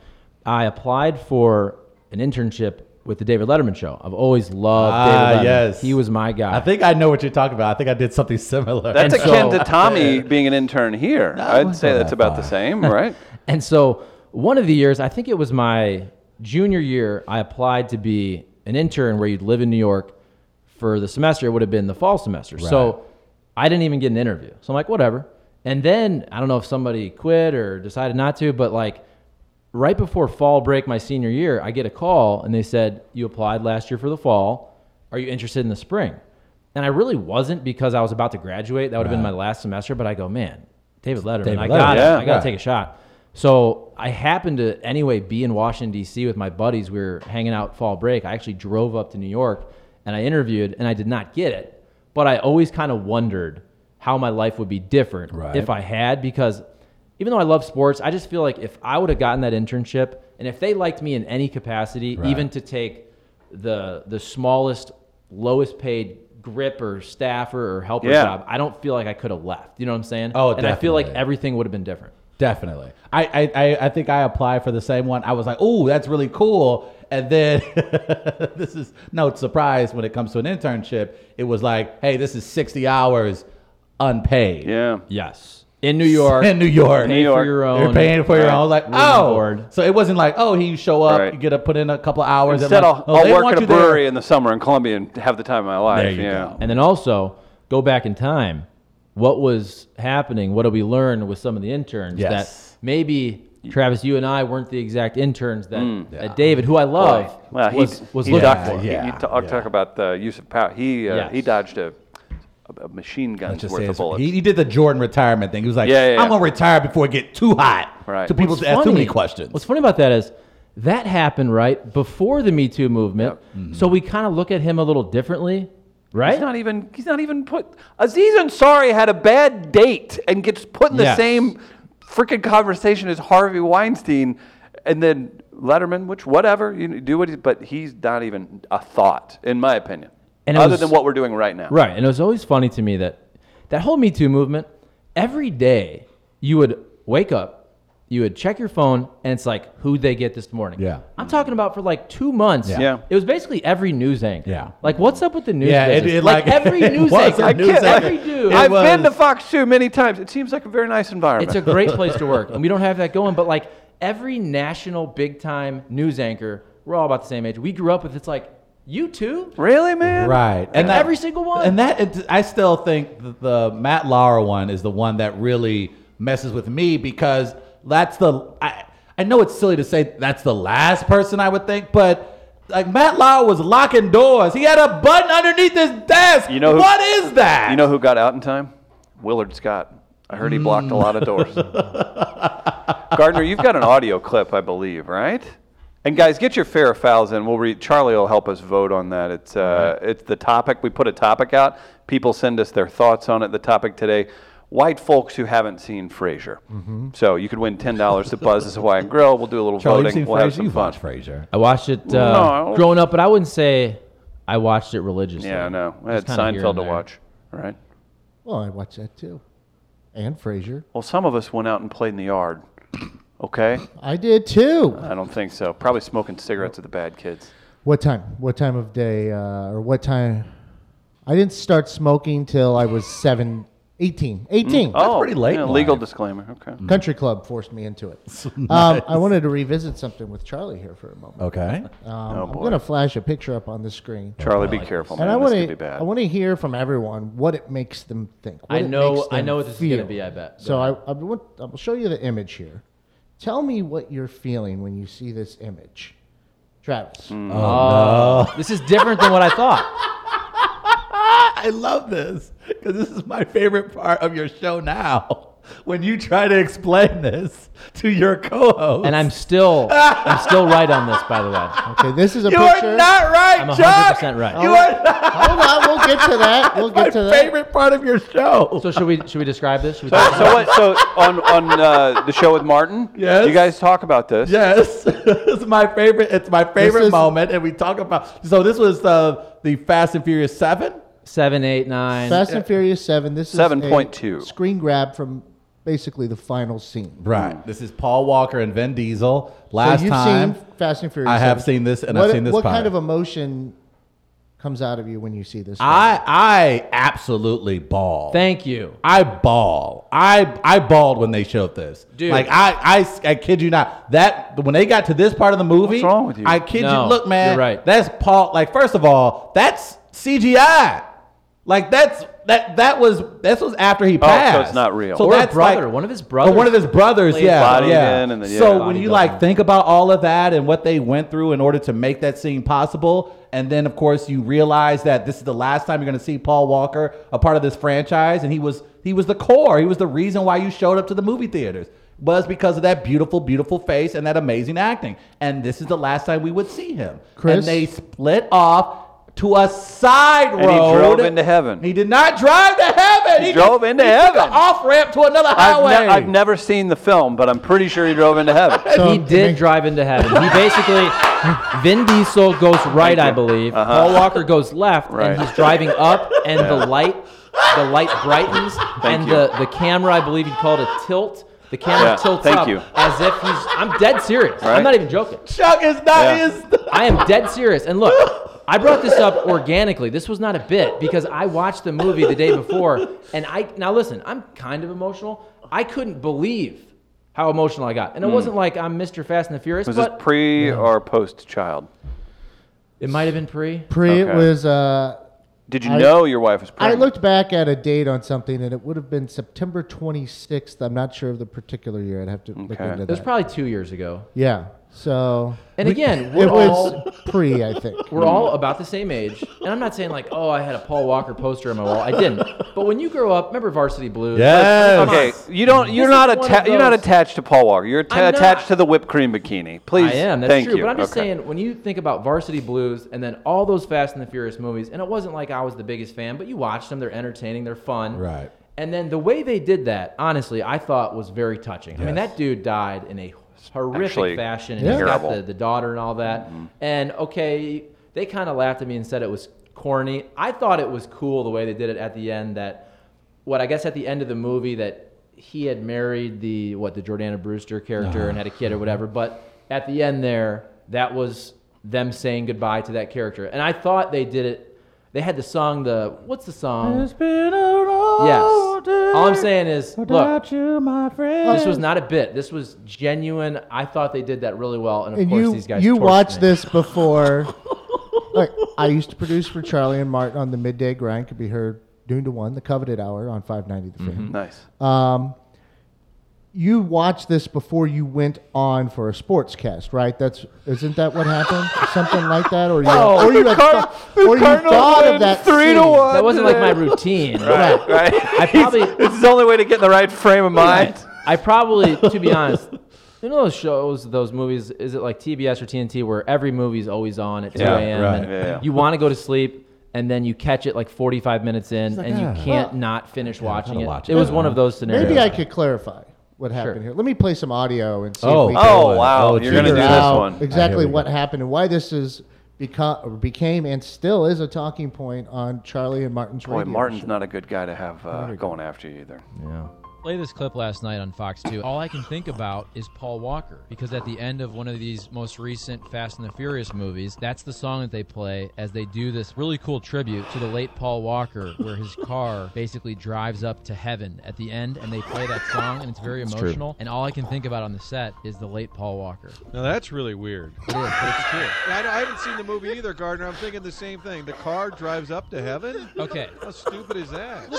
S3: I applied for an internship with the David Letterman show. I've always loved
S2: Ah,
S3: David Letterman.
S2: yes.
S3: He was my guy.
S2: I think I know what you're talking about. I think I did something similar.
S1: That's
S3: And
S1: akin
S3: so-
S1: to Tommy being an intern here.
S2: wouldn't
S1: I'd say
S2: go
S1: that's
S2: that
S1: about the
S2: far.
S1: same, right?
S3: and so one of the years, I think it was my junior year, I applied to be an intern where you'd live in New York for the semester. It would have been the fall semester. So I didn't even get an interview. So I'm like, whatever. And then I don't know if somebody quit or decided not to, but like right before fall break my senior year, I get a call and they said, You applied last year for the fall. Are you interested in the spring? And I really wasn't because I was about to graduate. That would have been my last semester, but I go, Man, David Letterman,
S2: David
S3: I
S2: Letterman,
S3: got
S1: yeah.
S3: it. I got
S2: Yeah.
S3: to take a shot. So I happened to anyway be in Washington D.C. with my buddies. We were hanging out fall break. I actually drove up to New York and I interviewed, and I did not get it. But I always kind of wondered how my life would be different
S2: Right.
S3: if I had, because even though I love sports, I just feel like if I would have gotten that internship, and if they liked me in any capacity,
S2: Right.
S3: even to take the the smallest, lowest paid grip or staffer or helper
S1: Yeah.
S3: job, I don't feel like I could have left. You know what I'm saying?
S2: Oh,
S3: and I feel like
S2: definitely.
S3: everything would have been different.
S2: Definitely. I, I, I, I think I applied for the same one. I was like, oh, that's really cool. And then this is no surprise when it comes to an internship. It was like, hey, this is 60 hours unpaid.
S1: Yeah.
S3: Yes. in New York.
S2: in New York.
S3: Pay
S1: York.
S3: for your own.
S2: You're paying for your
S1: Right.
S2: own. Like,
S3: Room and
S2: oh,
S3: board.
S2: so it wasn't like, oh, he show up,
S1: Right.
S2: you get to put in a couple of hours.
S1: Instead,
S2: I'm like,
S1: I'll,
S2: oh,
S1: I'll
S2: they
S1: work
S2: want
S1: at a
S2: you there.
S1: brewery in the summer in Columbia and have the time of my life.
S2: There you
S1: yeah.
S2: go.
S3: And then also go back in time. What was happening? What did we learn with some of the interns?
S2: Yes.
S3: That maybe Travis, you and I weren't the exact interns that, that David, who I love,
S1: Mm. Oh, Well, he
S3: was, was
S1: he
S3: looking
S1: ducked-
S3: for.
S1: he-
S2: Yeah,
S1: he ta- I'll
S2: yeah.
S1: talk about the use of power. He uh,
S3: Yes.
S1: he dodged a, a- a machine gun's
S2: Just
S1: worth
S2: say
S1: of
S2: it's-
S1: bullets.
S2: he, he did the Jordan retirement thing. He was like,
S1: Yeah, yeah, yeah.
S2: I'm gonna retire before it get too hot.
S1: Right.
S2: To people
S3: What's
S2: to ask too many
S3: funny-
S2: questions.
S3: What's funny about that is that happened right before the Me Too movement, so we kind of look at him a little differently,
S1: He's
S3: right?
S1: not even. He's not even put. Aziz Ansari had a bad date and gets put in the
S3: Yes.
S1: same freaking conversation as Harvey Weinstein, and then Letterman, which whatever you do what. He, but he's not even a thought, in my opinion.
S3: And it
S1: other
S3: was-
S1: than what we're doing right now,
S3: Right. And it was always funny to me that that whole Me Too movement, every day you would wake up, you would check your phone, and it's like, who'd they get this morning?
S2: Yeah.
S3: I'm talking about for like two months.
S2: Yeah.
S1: Yeah.
S3: It was basically every news anchor.
S2: Yeah.
S3: Like, what's up with the news?
S2: Yeah, it-
S3: business?
S2: it,
S3: like,
S2: like-
S3: every
S2: it
S3: news
S2: was
S3: anchor.
S2: a
S1: I
S2: news
S1: can't.
S2: anchor.
S1: I,
S3: Every dude.
S1: I've
S2: was-
S1: been to Fox 2 many times. It seems like a very nice environment.
S3: It's a great place to work, and we don't have that going. But like every national big time news anchor, we're all about the same age. We grew up with. It's like you too.
S1: really, man.
S2: Right. And
S3: Every single one.
S2: And that it, I still think the, the Matt Lauer one is the one that really messes with me because that's the I I know it's silly to say that's the last person I would think, but like Matt Lauer was locking doors. He had a button underneath his desk.
S1: You know who-
S2: what is that?
S1: You know who got out in time? Willard Scott. I heard he blocked a lot of doors. Gardner, you've got an audio clip, I believe, right? And guys, get your fair fouls in. We'll read. Charlie will help us vote on that. It's uh, it's the topic. We put a topic out. People send us their thoughts on it. The topic today: white folks who haven't seen Frasier. So you could win ten dollars to Buzz is Hawaiian Grill. We'll do a little
S2: Mm-hmm. Charlie,
S1: voting.
S2: you've seen
S1: We'll have
S2: Frasier.
S1: some
S2: You've
S1: fun.
S2: watched Frasier.
S3: I watched it
S1: No, I
S3: uh,
S1: don't-
S3: growing up, but I wouldn't say I watched it religiously.
S1: Yeah, no, I had
S3: Just kinda here
S1: Seinfeld
S3: and
S1: to
S3: there.
S1: watch. All right.
S5: Well, I watched that too. And Frasier.
S1: Well, some of us went out and played in the yard. Okay.
S5: I did too.
S1: I don't think so. Probably smoking cigarettes with the bad kids.
S5: What time? What time of day? Uh, or what time? I didn't start smoking till I was seven, 18. 18.
S1: oh,
S2: pretty late
S1: yeah,
S2: in
S1: legal
S2: life.
S1: disclaimer. Okay.
S5: Country club forced me into it. um, I wanted to revisit something with Charlie here for a moment.
S2: Okay.
S5: Um,
S1: Oh,
S5: I'm
S1: boy.
S5: going to flash a picture up on the screen.
S1: Charlie, be careful, man.
S5: And I
S1: this
S5: want
S1: could be
S5: to
S1: bad.
S5: I want to hear from everyone what it makes them think. what
S3: I
S5: it
S3: know-
S5: makes
S3: I
S5: them
S3: know what this is gonna
S5: feel.
S3: be, I bet. Go
S5: So I I want, I will show you the image here. Tell me what you're feeling when you see this image, Travis.
S1: Mm.
S3: Uh, This is different than what I thought.
S2: I love this because this is my favorite part of your show now. When you try to explain this to your co-host,
S3: And I'm still, I'm still right on this. By the way,
S5: Okay, this is a
S2: you
S5: picture.
S2: are not right,
S3: I'm
S2: Chuck.
S3: 100% right.
S2: You are not.
S5: Hold on, we'll get to that. We'll
S2: my
S5: get to that.
S2: favorite part of your show.
S3: so should we should we describe this? Should we
S1: so what? So on on uh, the show with Martin,
S2: Yes.
S1: you guys talk about this.
S2: yes, it's my favorite. It's my favorite
S5: is-
S2: moment, and we talk about. So this was uh, the Fast and Furious Seven.
S3: Seven, eight, nine.
S5: Fast and Furious Seven. This is
S1: 7.2.
S5: a screen grab from basically the final scene.
S2: Right. This is Paul Walker and Vin Diesel.
S5: So
S2: Last
S5: you've
S2: time,
S5: seen Fast and Furious.
S2: I have
S5: 7.
S2: seen this, and
S5: what,
S2: I've seen this
S5: What
S2: part.
S5: kind of emotion comes out of you when you see this?
S2: I I absolutely ball.
S3: Thank you.
S2: I ball. I I bawled when they showed this.
S3: Dude.
S2: Like I, I I kid you not. That when they got to this part of the movie,
S1: What's wrong with you?
S2: I kid
S3: No,
S2: you. Look, man,
S3: you're right.
S2: That's Paul. Like first of all, that's CGI. Like that's that that was this was after he passed.
S1: Oh, it's not real.
S3: Or a
S2: that's
S3: brother, one of his brothers
S2: Or one of his brothers.
S3: played
S2: Yeah,
S1: Bodied
S2: yeah.
S1: in and then-
S2: so
S1: yeah.
S2: when
S3: Bodied
S2: you
S3: up.
S2: like think about all of that and what they went through in order to make that scene possible. And then, of course, you realize that this is the last time you're going to see Paul Walker, a part of this franchise, and he was he was the core. He was the reason why you showed up to the movie theaters was because of that beautiful, beautiful face and that amazing acting. And this is the last time we would see him.
S5: Chris?
S2: And they split off to a side
S1: he
S2: road.
S1: drove into heaven.
S2: He did not drive to heaven.
S1: He drove into heaven.
S2: Off ramp to another
S1: I've,
S2: highway.
S1: ne- I've never seen the film, but I'm pretty sure he drove into heaven.
S5: So
S3: he
S5: it
S3: did
S5: make-
S3: drive into heaven. He basically, Vin Diesel goes right, I believe. Paul Walker goes left,
S1: Uh-huh. Right.
S3: and he's driving up, and the light, the light brightens, and
S1: you.
S3: the the camera, I believe he called a tilt. The camera
S1: Yeah,
S3: tilts
S1: thank
S3: up
S1: you.
S3: as if he's. I'm dead serious.
S1: Right.
S3: I'm not even joking.
S2: Chuck is not.
S1: Yeah.
S2: Is not-
S3: I am dead serious. And look, I brought this up organically. This was not a bit because I watched the movie the day before, and I now listen. I'm kind of emotional. I couldn't believe how emotional I got. And it wasn't like I'm Mr. Fast and the Furious,
S1: Hmm. Was this
S3: but
S1: pre or post child?
S3: it might have been pre.
S5: Pre
S1: Okay.
S5: it was. Uh,
S1: Did you
S5: I-
S1: know your wife was
S5: I
S1: pregnant?
S5: looked back at a date on something, and it would have been September 26th. I'm not sure of the particular year. I'd have to look
S1: Okay.
S5: into
S3: It was
S5: that.
S3: probably two years ago.
S5: yeah. So
S3: And again, we're
S5: it
S3: all
S5: was pre, I think.
S1: Hmm.
S3: we're all about the same age. And I'm not saying like, oh, I had a Paul Walker poster on my wall. I didn't. But when you grow up, remember Varsity Blues?
S2: Yes.
S3: Like, come on.
S1: Okay, you don't. You're
S3: This is
S1: not
S3: one of
S1: atta- You're not
S3: those-
S1: attached to Paul Walker. You're atta-
S3: I'm not.
S1: attached to the whipped cream bikini. Please,
S3: I am. That's
S1: thank
S3: true.
S1: you.
S3: But I'm just
S1: Okay.
S3: saying, when you think about Varsity Blues and then all those Fast and the Furious movies, and it wasn't like I was the biggest fan, but you watch them. They're entertaining. They're fun.
S2: Right.
S3: And then the way they did that, honestly, I thought was very touching. I mean,
S2: Yes.
S3: that dude died in a horrific
S1: Actually,
S3: fashion, and he's got
S1: terrible.
S3: the, the daughter and all that.
S5: Mm-hmm.
S3: And okay, they kind of laughed at me and said it was corny. I thought it was cool the way they did it at the end. That what I guess at the end of the movie that he had married the what the Jordana Brewster character and had a
S5: Uh-huh.
S3: kid or whatever. But at the end there, that was them saying goodbye to that character. And I thought they did it. They had the song. The what's the song? Yes. All I'm saying is, look,
S2: you, my friend.
S3: this was not a bit. This was genuine. I thought they did that really well, and of
S5: and
S3: course
S5: you
S3: these guys.
S5: you
S3: torched
S5: watched
S3: me.
S5: this before. like, I used to produce for Charlie and Martin on the midday grind. Could be heard noon to one, the coveted hour on 590 The Fan.
S1: Nice.
S5: Um, you watched this before you went on for a sports cast, right? That's isn't that what happened? Something like that, or you,
S3: Oh,
S5: or you, had thought- or you thought of that
S1: three to
S5: scene.
S1: one.
S3: That wasn't like my
S1: today.
S3: routine.
S1: Right, right.
S3: I probably-
S1: this is the only way to get in the right frame of mind.
S3: I probably, to be honest, you know those shows, those movies. Is it like TBS or TNT where every movie's always on at 2
S1: Yeah,
S3: a.m.
S2: right.
S3: and
S1: Yeah, yeah.
S3: you want to go to sleep. And then you catch it like 45 minutes in,
S2: like,
S3: and you
S2: "Ah,
S3: can't not finish watching
S2: gotta
S3: it.
S2: watch
S3: it
S2: it."
S3: was one of those scenarios.
S5: Maybe I could clarify what happened
S3: Sure.
S5: here. Let me play some audio and see
S2: Oh.
S5: if we can
S1: Oh
S2: Oh,
S1: wow, you're gonna do
S5: figure
S1: this
S5: out
S1: one.
S5: exactly
S2: Here we
S5: what
S2: go.
S5: happened and why this is become or became and still is a talking point on Charlie and Martin's
S1: Boy,
S5: radio
S1: Martin's
S5: show.
S1: not a good guy to have uh, going after you either.
S3: Yeah.
S4: play this clip last night on Fox 2. All I can think about is Paul Walker because at the end of one of these most recent Fast and the Furious movies, that's the song that they play as they do this really cool tribute to the late Paul Walker where his car basically drives up to heaven at the end and they play that song and it's very emotional and all I can think about on the set is the late Paul Walker.
S6: Now that's really weird.
S4: It is, but it's true.
S6: I, don't- I haven't seen the movie either, Gardner. I'm thinking the same thing. The car drives up to heaven.
S4: Okay.
S6: How stupid is that?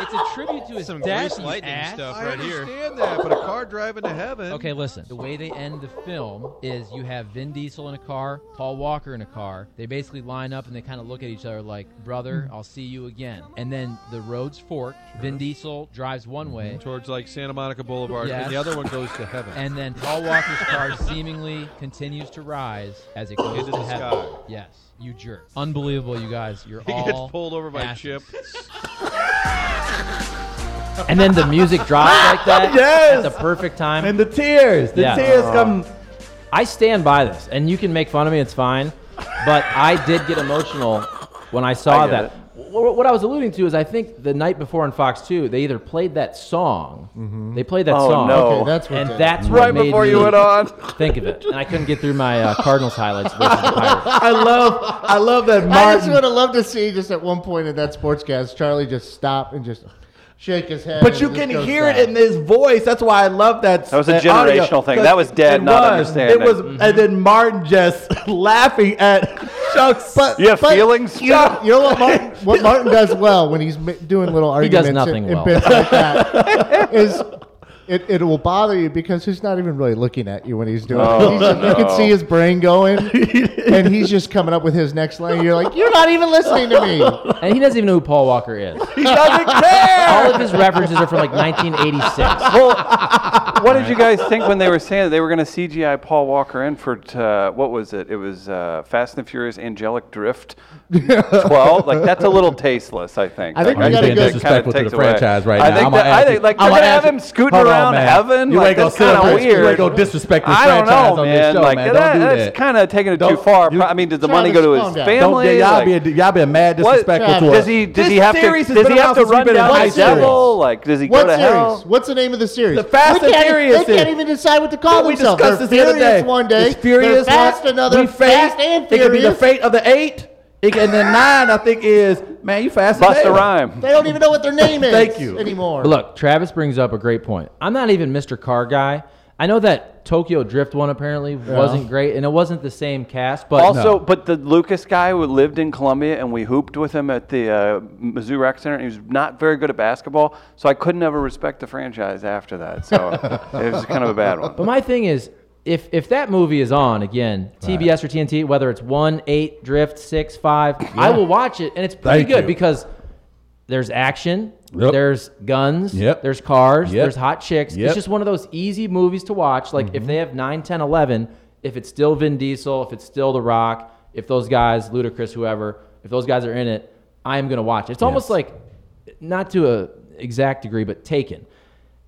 S4: It's a tribute to his
S6: Some
S4: death,
S6: Grease
S4: you
S6: lightning
S4: ass.
S6: I
S7: right here.
S6: understand that, but a car driving to heaven.
S4: Okay, listen. The way they end the film is you have Vin Diesel in a car, Paul Walker in a car. They basically line up and they kind of look at each other like,
S6: Hmm.
S4: "Brother, I'll see you again." And then the roads fork. Vin Diesel drives one
S6: Mm-hmm.
S4: way,
S6: Towards like Santa Monica Boulevard,
S4: Yes.
S6: and the other one goes to heaven.
S4: and then Paul Walker's car seemingly continues to rise as it goes
S6: Into
S4: to
S6: the
S4: heaven.
S6: sky.
S4: Yes, you jerk. Unbelievable, you guys. You're
S6: he
S4: all
S6: gets pulled over by
S4: asses.
S6: Chip.
S3: And then the music drops like that
S2: Yes!
S3: at the perfect time.
S2: And the tears, the
S3: Yeah.
S2: tears
S1: Oh.
S2: come.
S3: I stand by this, and you can make fun of me. It's fine, but I did get emotional when I saw
S1: I get
S3: that. Wh- wh- What I was alluding to is, I think the night before on Fox Two, they either played that song, they played that
S1: Oh,
S3: song,
S1: no.
S5: Okay, that's what
S3: and
S5: did it.
S3: that's what
S1: Right
S3: made
S1: before you
S3: me
S1: went on.
S3: Think of it, and I couldn't get through my uh, Cardinals highlights. Versus the Pirates.
S2: I love, I love that
S5: I just would
S2: Martin.
S5: have loved to see just at one point in that sportscast, Charlie just stop and just shake his head.
S2: But
S5: and
S2: you
S5: just
S2: can
S5: goes
S2: hear
S5: down.
S2: it in his voice. That's why I love that.
S1: That was a
S2: that audio,
S1: generational thing.
S2: 'cause
S1: That was Dad
S2: it
S1: not
S2: was.
S1: understanding.
S2: It was, and then Martin just laughing at Chuck's.
S5: But-
S1: You have
S5: but
S1: feelings?
S5: You know, you know what, Martin, what Martin does well when he's ma- doing little
S3: does
S5: arguments
S3: nothing
S5: and, and
S3: well.
S5: bits like that is it, it will bother you because he's not even really looking at you when he's doing
S1: Oh,
S5: it. He's just- You
S1: no.
S5: can see his brain going, and he's just coming up with his next line. You're like, you're not even listening to me.
S3: and he doesn't even know who Paul Walker is.
S2: he doesn't care.
S3: All of his references are from like 1986.
S1: Well, what did you guys think when they were saying that they were going to CGI Paul Walker in for uh, what was it? It was uh, Fast and the Furious Angelic Drift 12. Like that's a little tasteless, I think.
S5: I think
S1: Like,
S5: we gotta
S1: that
S5: go-
S1: kinda
S2: disrespectful to
S1: takes
S2: the
S1: away.
S2: franchise right
S1: I
S2: now.
S1: think
S2: I'm
S1: that,
S2: gonna ask
S1: I
S2: you-
S1: think like
S2: I'm
S1: they're gonna
S2: gonna
S1: have
S2: ask
S1: him
S2: you-
S1: scooting
S2: Hold on,
S1: around
S2: man.
S1: heaven.
S2: You
S1: like,
S2: ain't gonna
S1: that's kind
S2: sit
S1: of
S2: up and-
S1: weird.
S2: you ain't gonna disrespect the
S1: I don't
S2: franchise
S1: know,
S2: on
S1: man.
S2: this show,
S1: like
S2: man.
S1: that,
S2: Don't do
S1: that's
S2: that.
S1: kind of taking it too
S2: Don't-
S1: far.
S2: you-
S1: I mean, does the
S5: Travis,
S1: money go to
S5: calm
S1: his
S5: down.
S1: family?
S2: Don't, y'all
S1: Like-
S2: be a, y'all be a mad
S1: What-
S2: disrespectful to us.
S1: does he does
S2: This
S1: he have to
S2: series has
S1: does
S2: been
S1: he have
S2: around
S1: to
S2: since we've
S1: run
S2: been in
S1: down
S2: high
S1: the
S2: school.
S1: devil? Like does he go
S5: What
S1: to
S5: series?
S1: hell?
S5: What's the name of the series?
S2: The Fast
S5: We
S2: and
S5: can't- e-,
S2: Furious
S5: They
S2: series.
S5: can't even decide what to call
S2: we
S5: themselves.
S2: discussed this
S5: They're
S2: the other
S5: Furious
S2: day.
S5: one day.
S2: It's furious
S5: They're fast
S2: one.
S5: another.
S2: We
S5: fast and
S2: It could be the
S5: Furious.
S2: fate of the eight. It- and then nine, I think, is man, you fast. as
S1: Bust a
S2: hell.
S1: rhyme.
S5: They don't even know what their name is
S2: Thank you.
S5: anymore.
S3: But look, Travis brings up a great point. I'm not even Mr. Car guy. I know that Tokyo Drift one apparently wasn't great, and it wasn't the same cast. But
S1: Also, but the Lucas guy who lived in Columbia and we hooped with him at the uh, Mizzou Rec Center, and he was not very good at basketball, so I couldn't ever respect the franchise after that. So it was kind of a bad one.
S3: But my thing is, if if that movie is on again, TBS or TNT, whether it's one, eight, drift, six, five, I will watch it, and it's pretty
S2: Thank
S3: good
S2: you.
S3: because there's action,
S2: Yep.
S3: there's guns,
S2: Yep.
S3: there's cars,
S2: Yep.
S3: there's hot chicks.
S2: Yep. Mm-hmm.
S3: It's just one of those easy movies to watch. Like if they have 9, 10, 11, if it's still Vin Diesel, if it's still The Rock, if those guys, Ludacris, whoever, if those guys are in it, I am gonna watch it. It's almost
S2: Yes.
S3: like not to a exact degree, but taken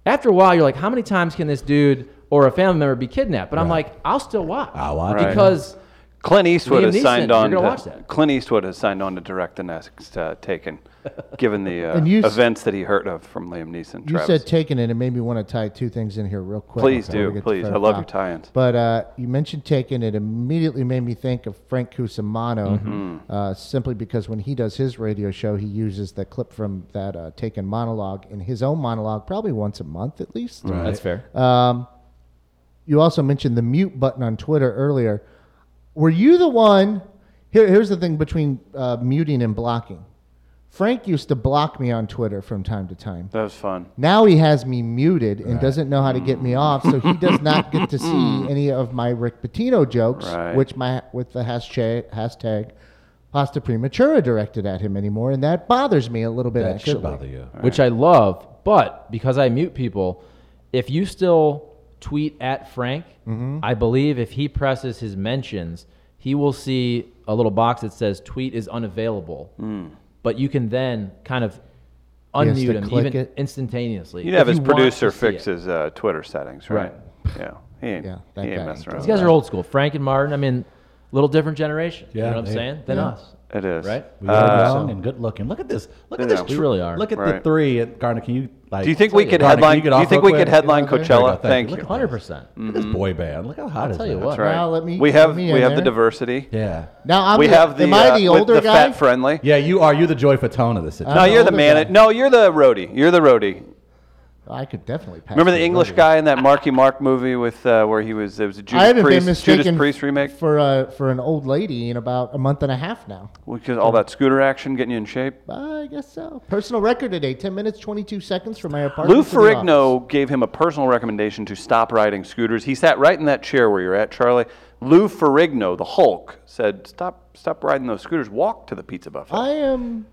S3: after a while, you're like, how many times can this dude or a family member be kidnapped? But I'm like, I'll still watch.
S2: I'll watch
S1: Right.
S3: because
S1: Clint Eastwood
S3: Liam
S1: has
S3: Neeson,
S1: signed
S3: you're
S1: on.
S3: gonna
S1: to-
S3: watch that.
S1: Clint Eastwood has signed on to direct the next uh, Taken, given the uh,
S5: And you s-
S1: events that he heard of from Liam Neeson.
S5: You
S1: Travis.
S5: said taken it, and made me want to tie two things in here real quick.
S1: Please
S5: before we
S1: do,
S5: get to
S1: please.
S5: Fred
S1: I love your
S5: Fox.
S1: tie-ins.
S5: But uh, you mentioned taken it immediately made me think of Frank Cusimano,
S1: Mm-hmm.
S5: uh, simply because when he does his radio show, he uses the clip from that uh, Taken monologue in his own monologue, probably once a month at least.
S3: that's fair.
S5: Uh, You also mentioned the mute button on Twitter earlier. Were you the one? Here, here's the thing between uh, muting and blocking. Frank used to block me on Twitter from time to time.
S1: that was fun.
S5: Now he has me muted and doesn't know how to get me off, so he does not get to see any of my Rick Pitino jokes,
S1: Right.
S5: which my with the hashtag hashtag pasta prematura directed at him anymore, and that bothers me a little bit.
S2: That
S5: actually,
S2: should bother you.
S3: Which I love, but because I mute people, if you still tweet at Frank,
S5: Mm-hmm.
S3: I believe if he presses his mentions, he will see a little box that says tweet is unavailable.
S1: Mm.
S3: But you can then kind of
S5: has to
S3: unmute him
S5: click
S3: even
S5: it.
S3: instantaneously.
S1: You'd have
S3: if
S1: his
S3: you want
S1: producer
S3: to see it.
S1: fix his uh, Twitter settings, right? Yeah, he ain't,
S5: Yeah,
S1: he
S5: that guy
S1: ain't
S5: ain't
S1: messing
S5: doing
S1: around.
S3: These guys are old school. Frank and Martin, I mean, a little different generation.
S2: Yeah,
S3: you know what I'm
S2: they-
S3: saying? Than
S2: yeah.
S3: us.
S1: It is Uh,
S3: right?
S2: We are young and good looking. Look at this. Look at
S1: Yeah.
S2: this.
S1: We
S2: tr-
S3: really
S2: Uh,
S3: are.
S2: Look at the
S1: Right.
S2: three. At Garner, can you like?
S1: Do you think we could
S2: Garner, can
S1: headline?
S2: get
S1: do you
S2: off
S1: think
S2: real
S1: we could
S2: quick?
S1: headline
S5: Get out of there.
S1: Coachella?
S2: There you Mm-hmm.
S1: Thank
S2: go,
S1: you.
S2: Look at
S3: Hundred
S2: this.
S3: percent.
S2: Look at this boy band. Look how hot
S3: I'll
S2: is
S3: tell you
S2: that?
S3: what.
S1: Mm. Right.
S5: Now let me-
S1: we
S5: let
S1: have
S5: me
S1: we
S5: in
S1: have the
S5: there.
S1: diversity.
S2: Yeah.
S5: Now I'm
S1: we
S5: the-
S1: have the
S5: am I
S1: uh,
S5: the
S1: with
S5: older
S1: the
S5: guy?
S1: fat friendly.
S2: Yeah, you are. You're the Joy Fatone of the situation.
S1: No,
S5: I'm the
S1: you're the
S5: older
S1: man.
S5: guy.
S1: No, you're the roadie. You're the roadie.
S5: Oh, I could definitely pass.
S1: Remember the
S5: through
S1: English
S5: those.
S1: guy in that Marky Mark movie with uh, where he was? It was a
S5: I
S1: Judas
S5: haven't been
S1: Priest.
S5: mistaken
S1: Judas Priest remake
S5: for uh, for an old lady in about a month and a half now.
S1: because all that scooter action getting you in shape.
S5: I guess so. Personal record today: ten minutes, twenty-two seconds from my apartment.
S1: Lou
S5: to the office.
S1: Ferrigno gave him a personal recommendation to stop riding scooters. He sat right in that chair where you're at, Charlie. Lou Ferrigno, the Hulk, said, "Stop, stop riding those scooters. Walk to the pizza buffet."
S5: I am.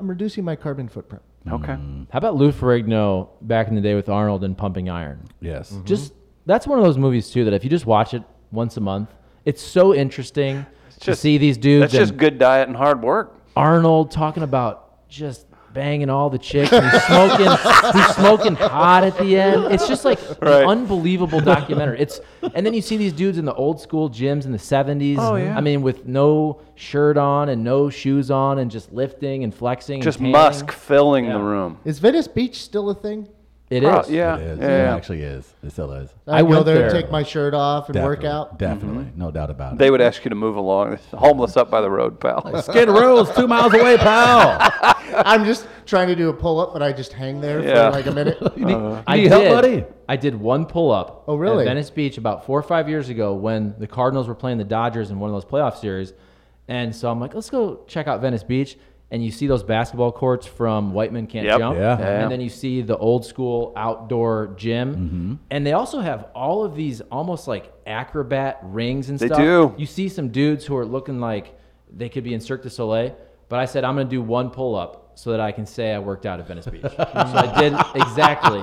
S5: I'm reducing my carbon footprint.
S1: okay.
S3: How about Lou Ferrigno back in the day with Arnold and Pumping Iron?
S2: Yes.
S3: Just that's one of those movies too that if you just watch it once a month, it's so interesting to
S1: just-
S3: see these dudes
S1: That's
S3: and
S1: just good diet and hard work.
S3: Arnold talking about just banging all the chicks. and He's smoking. he's smoking pot at the end. It's just like
S1: Right.
S3: an unbelievable documentary. It's and then you see these dudes in the old school gyms in the seventies.
S1: Oh, yeah.
S3: I mean, with no shirt on and no shoes on, and just lifting and flexing. and
S1: Just
S3: tanning.
S1: Musk filling the room.
S5: Is Venice Beach still a thing?
S3: It is.
S1: Oh, yeah,
S2: It is.
S1: yeah,
S2: It
S1: yeah.
S2: actually is. It still is.
S5: I,
S3: I
S5: go
S3: went
S5: there,
S3: there.
S5: take my shirt off, and
S2: Definitely.
S5: work out.
S2: Definitely. No doubt about it.
S1: They would ask you to move along. Homeless up by the road, pal.
S2: Skid Row's two miles away, pal.
S5: I'm just trying to do a pull up, but I just hang there
S1: Yeah.
S5: for like a minute.
S1: Uh-huh.
S3: I
S2: Need
S3: did.
S2: help, buddy?
S3: I did one pull up.
S5: Oh, really?
S3: At Venice Beach about four or five years ago when the Cardinals were playing the Dodgers in one of those playoff series, and so I'm like, let's go check out Venice Beach. And you see those basketball courts from Whiteman Can't
S1: Yep.
S3: Jump,
S2: Yeah.
S1: Yeah.
S3: and then you see the old school outdoor gym,
S2: Mm-hmm.
S3: and they also have all of these almost like acrobat rings and
S1: They
S3: stuff.
S1: do.
S3: You see some dudes who are looking like they could be in Cirque du Soleil, but I said I'm going to do one pull up so that I can say I worked out at Venice Beach. so I did exactly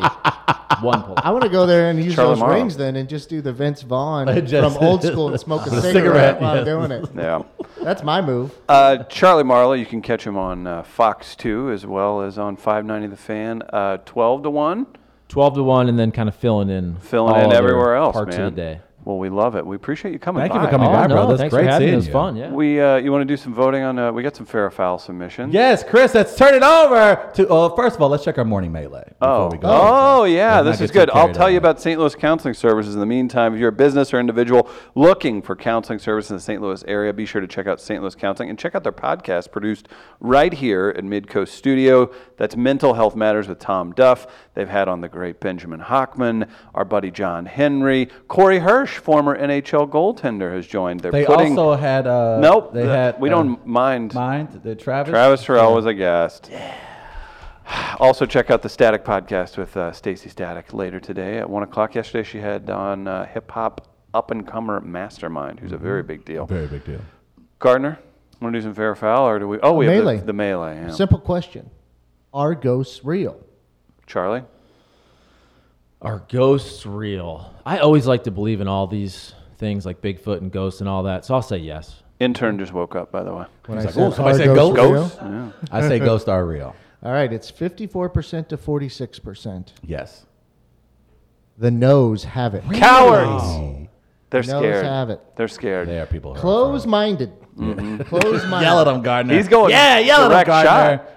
S3: one pull.
S5: I want to go there and use
S1: Charlie
S5: those
S1: Morrow.
S5: rings then, and just do the Vince Vaughn
S2: Just-
S5: from old school and smoke a
S2: With a
S5: cigarette,
S2: cigarette,
S5: while
S2: yes.
S5: I'm doing it.
S1: Yeah.
S5: That's my move.
S1: Uh, Charlie Marlowe, you can catch him on uh, Fox 2 as well as on 590 The Fan. Uh, 12 to 1,
S3: Twelve to one, and then kind of filling in
S1: filling
S3: all
S1: in
S3: other
S2: Oh,
S1: everywhere else,
S3: parts
S1: man.
S3: of the day. Oh,
S1: Well, we love it. We appreciate you coming
S2: Thank
S1: by.
S2: you for coming by,
S3: no,
S2: brother. It's
S3: Thanks
S2: great
S3: for having me.
S2: seeing
S3: It was
S2: you.
S3: fun. Yeah.
S1: We uh, you want to do some voting on? Uh, we got some fair or foul submissions.
S2: Yes, Chris, let's turn it over to. Uh, first of all, let's check our morning melee.
S1: Oh,
S2: before we go.
S1: oh
S2: Let's
S1: yeah,
S2: not
S1: this
S2: get
S1: is
S2: too
S1: good. I'll
S2: carried
S1: tell you
S2: away.
S1: about St. Louis Counseling Services in the meantime. If you're a business or individual looking for counseling service in the St. Louis area, be sure to check out St. Louis Counseling and check out their podcast produced right here at Midcoast Studio. That's Mental Health Matters with Tom Duff. They've had on the great Benjamin Hockman, our buddy John Henry, Corey Hirsch, former NHL goaltender, has joined. They're
S2: They
S1: putting,
S2: also had. Uh,
S1: nope.
S2: They
S1: the-
S2: had.
S1: we
S2: uh,
S1: don't mind.
S2: mind the Travis.
S1: Travis Terrell was a guest. Also, check out the Static podcast with uh, Stacy Static later today at one o'clock. Yesterday, she had on uh, hip hop up and comer mastermind, who's a very big deal.
S2: Mm-hmm. Very big deal.
S1: Gardner, want to do some fair or foul, or do we? Oh, we have
S5: Melee.
S1: the, the melee. yeah.
S5: Simple question: Are ghosts real?
S1: Charlie,
S3: Are ghosts real? I always like to believe in all these things like Bigfoot and ghosts and all that. So I'll say yes.
S1: intern just woke up. By the way,
S5: When
S2: He's like, "Oh, somebody
S5: are
S2: said ghosts?"
S5: real?
S1: ghosts. Yeah.
S2: I say ghosts are real.
S5: All right, it's fifty-four percent to forty-six percent.
S2: Yes.
S5: The no's have it.
S1: Cowards.
S2: Oh.
S1: They're
S5: Knows
S1: scared.
S5: have it.
S1: They're scared.
S2: There, people. who are
S5: Close-minded.
S2: afraid.
S1: Mm-hmm.
S5: Close-minded.
S2: Yell at him, Gardner.
S1: He's going
S2: Yeah, yell at him,
S1: direct
S2: Gardner.
S1: shot.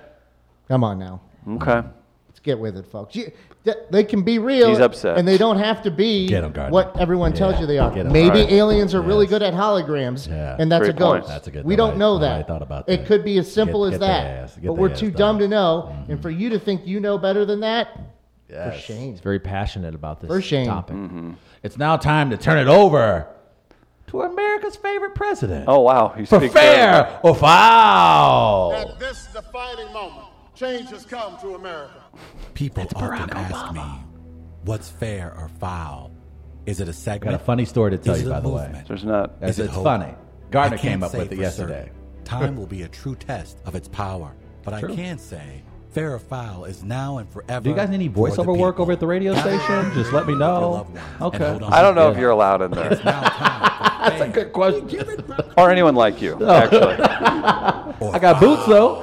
S5: Come on now.
S1: Okay.
S5: Let's get with it, folks. You, th- they can be real.
S1: He's upset.
S5: And they don't have to be
S2: Get him, Gardner.
S5: what everyone
S2: Yeah,
S5: tells you they are.
S2: get him.
S5: Maybe
S1: Right.
S5: aliens are really good at holograms,
S2: Yeah.
S5: and that's
S1: Great
S5: a ghost.
S1: point.
S2: That's a good
S5: we
S2: thought.
S5: don't know
S2: I-
S5: that.
S2: I thought about
S5: it
S2: that.
S5: could be as simple
S2: Get-
S5: as
S2: get
S5: that.
S2: the ass, get
S5: but
S2: the
S5: we're
S2: ass
S5: too
S2: done. Mm-hmm.
S5: dumb to know. And for you to think you know better than that, for
S2: Yes.
S5: shame.
S3: He's very passionate about this
S5: For shame.
S3: topic.
S2: It's now time to turn it over to America's favorite president.
S1: Oh wow, you
S2: for
S1: speak
S2: fair
S1: German.
S2: or foul.
S7: At this defining moment, change has come to America.
S8: People often ask me, what's fair or foul? Is it a
S2: Got a
S8: segment?
S2: funny story to tell
S8: Is
S2: you,
S8: it
S2: by
S8: a
S2: the way.
S8: movement?
S1: There's not.
S2: As
S8: Is it
S2: it's
S8: hope?
S2: funny. Gardner
S8: I can't
S2: came up
S8: say
S2: with it
S8: for
S2: yesterday.
S8: certain. Time will be a true test of its power, but I can say fair or foul is now and forever.
S2: Do you guys need any
S8: for the
S2: voiceover work
S8: people.
S2: over at the radio station? Just let me
S8: With your
S2: know.
S8: loved ones and
S2: Okay.
S8: hold on
S1: I don't know if
S8: to
S1: you're allowed in there,
S8: Now time for
S2: That's a good question.
S1: or anyone like you.
S2: Oh.
S1: Actually,
S8: fair or
S2: I got
S8: foul.
S2: boots though.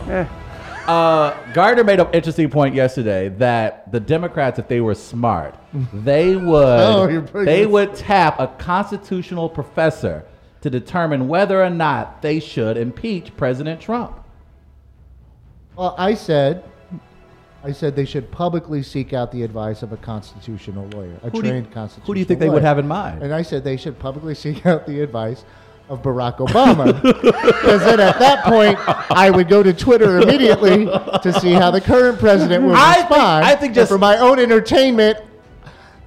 S2: Eh. Uh, Gardner made an interesting point yesterday that the Democrats, if they were smart, they would
S5: Oh, you're pretty
S2: they
S5: good.
S2: would tap a constitutional professor to determine whether or not they should impeach President Trump.
S5: Well, I said, I said they should publicly seek out the advice of a constitutional lawyer, a
S2: Who do you-
S5: trained
S2: who do you
S5: constitutional.
S2: think they would
S5: lawyer.
S2: have in mind?
S5: And I said they should publicly seek out the advice of Barack Obama, because then at that point I would go to Twitter immediately to see how the current president would
S2: I think-
S5: respond.
S2: I think
S5: And
S2: just-
S5: for my own entertainment,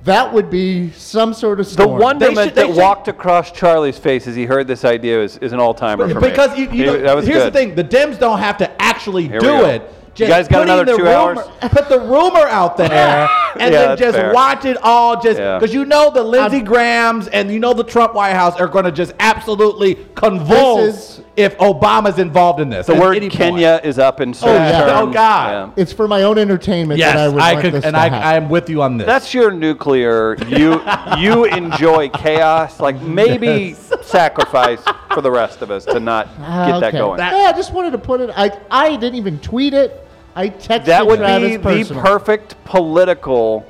S5: that would be some sort of
S1: The
S5: storm.
S1: wonderment
S2: They should- they
S1: that
S2: should-
S1: walked across Charlie's face as he heard this idea is, is an all timer for me.
S2: because you, you
S1: He-
S2: don't-
S1: that was
S2: here's
S1: good.
S2: the thing: the Dems don't have to actually
S1: Here we
S2: do
S1: go.
S2: it.
S1: You guys got
S2: putting
S1: another
S2: the
S1: two
S2: rumor-
S1: hours?
S2: Put the rumor out there, and
S1: Yeah,
S2: then
S1: that's
S2: just
S1: fair.
S2: watch it all. Just
S1: Yeah.
S2: because you know the Lindsey Graham's and you know the Trump White House are going to just absolutely convulse
S5: This is-
S2: if Obama's involved in this.
S1: The
S2: at
S1: word
S2: any point.
S1: Kenya is up in search
S2: yeah.
S1: terms.
S2: Oh, God.
S1: Yeah.
S5: It's for my own entertainment
S2: Yes,
S5: that I would
S2: I,
S5: want
S2: could,
S5: this
S2: and
S5: to
S2: I,
S5: happen.
S2: I am with you on this.
S1: That's your nuclear. You you enjoy chaos. Like maybe sacrifice for the rest of us to not
S5: Ah,
S1: get that
S5: okay.
S1: going. That,
S5: yeah, I just wanted to put it. I I didn't even tweet it. I texted
S1: would
S5: Travis
S1: be the
S5: personally.
S1: perfect political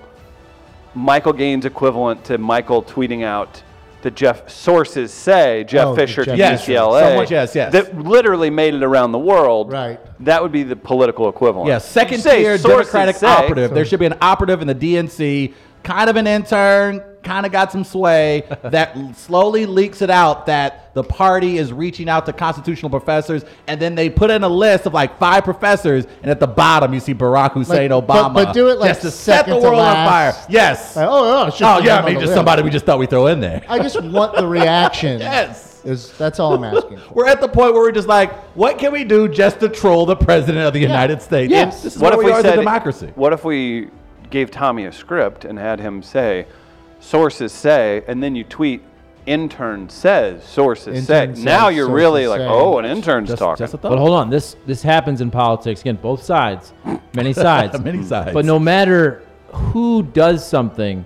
S1: Michael Gaines equivalent to Michael tweeting out that Jeff sources say Jeff
S5: Oh,
S1: Fisher
S5: Jeff
S1: to
S2: Yes,
S1: UCLA.
S2: someone- yes, yes.
S1: That literally made it around the world.
S5: Right.
S1: That would be the political equivalent.
S2: Yeah, second
S1: You say
S2: tier
S1: sources
S2: Democratic
S1: say-
S2: operative. There should be an operative in the DNC, kind of an intern, kind of got some sway that l- slowly leaks it out that the party is reaching out to constitutional professors, and then they put in a list of like five professors, and at the bottom you see Barack Hussein
S5: Like, but-
S2: Obama.
S5: but do it, like,
S2: just to set the
S5: second to
S2: world on fire.
S5: last.
S2: Yes.
S5: Like, oh, oh, it's
S2: oh
S5: just
S2: yeah,
S5: him
S2: I mean
S5: on the
S2: just
S5: list.
S2: somebody we just thought we throw in there.
S5: I just want the reaction.
S2: Yes.
S5: is that's all I'm asking. For.
S2: We're at the point where we're just like, what can we do just to troll the president of the United States?
S5: Yes.
S2: And This is
S1: what
S2: what
S1: if we
S2: where we, are as
S1: said
S2: a democracy.
S1: What if we gave Tommy a script and had him say, "Sources say," and then you tweet, "Intern says," "Sources say."
S5: Intern says,
S1: now you're
S5: sources
S1: really like,
S5: say.
S1: "Oh, an intern's
S2: Just-
S1: talking."
S2: just a thought.
S3: But hold on, this this happens in politics again, both sides, many sides,
S2: Many sides.
S3: But no matter who does something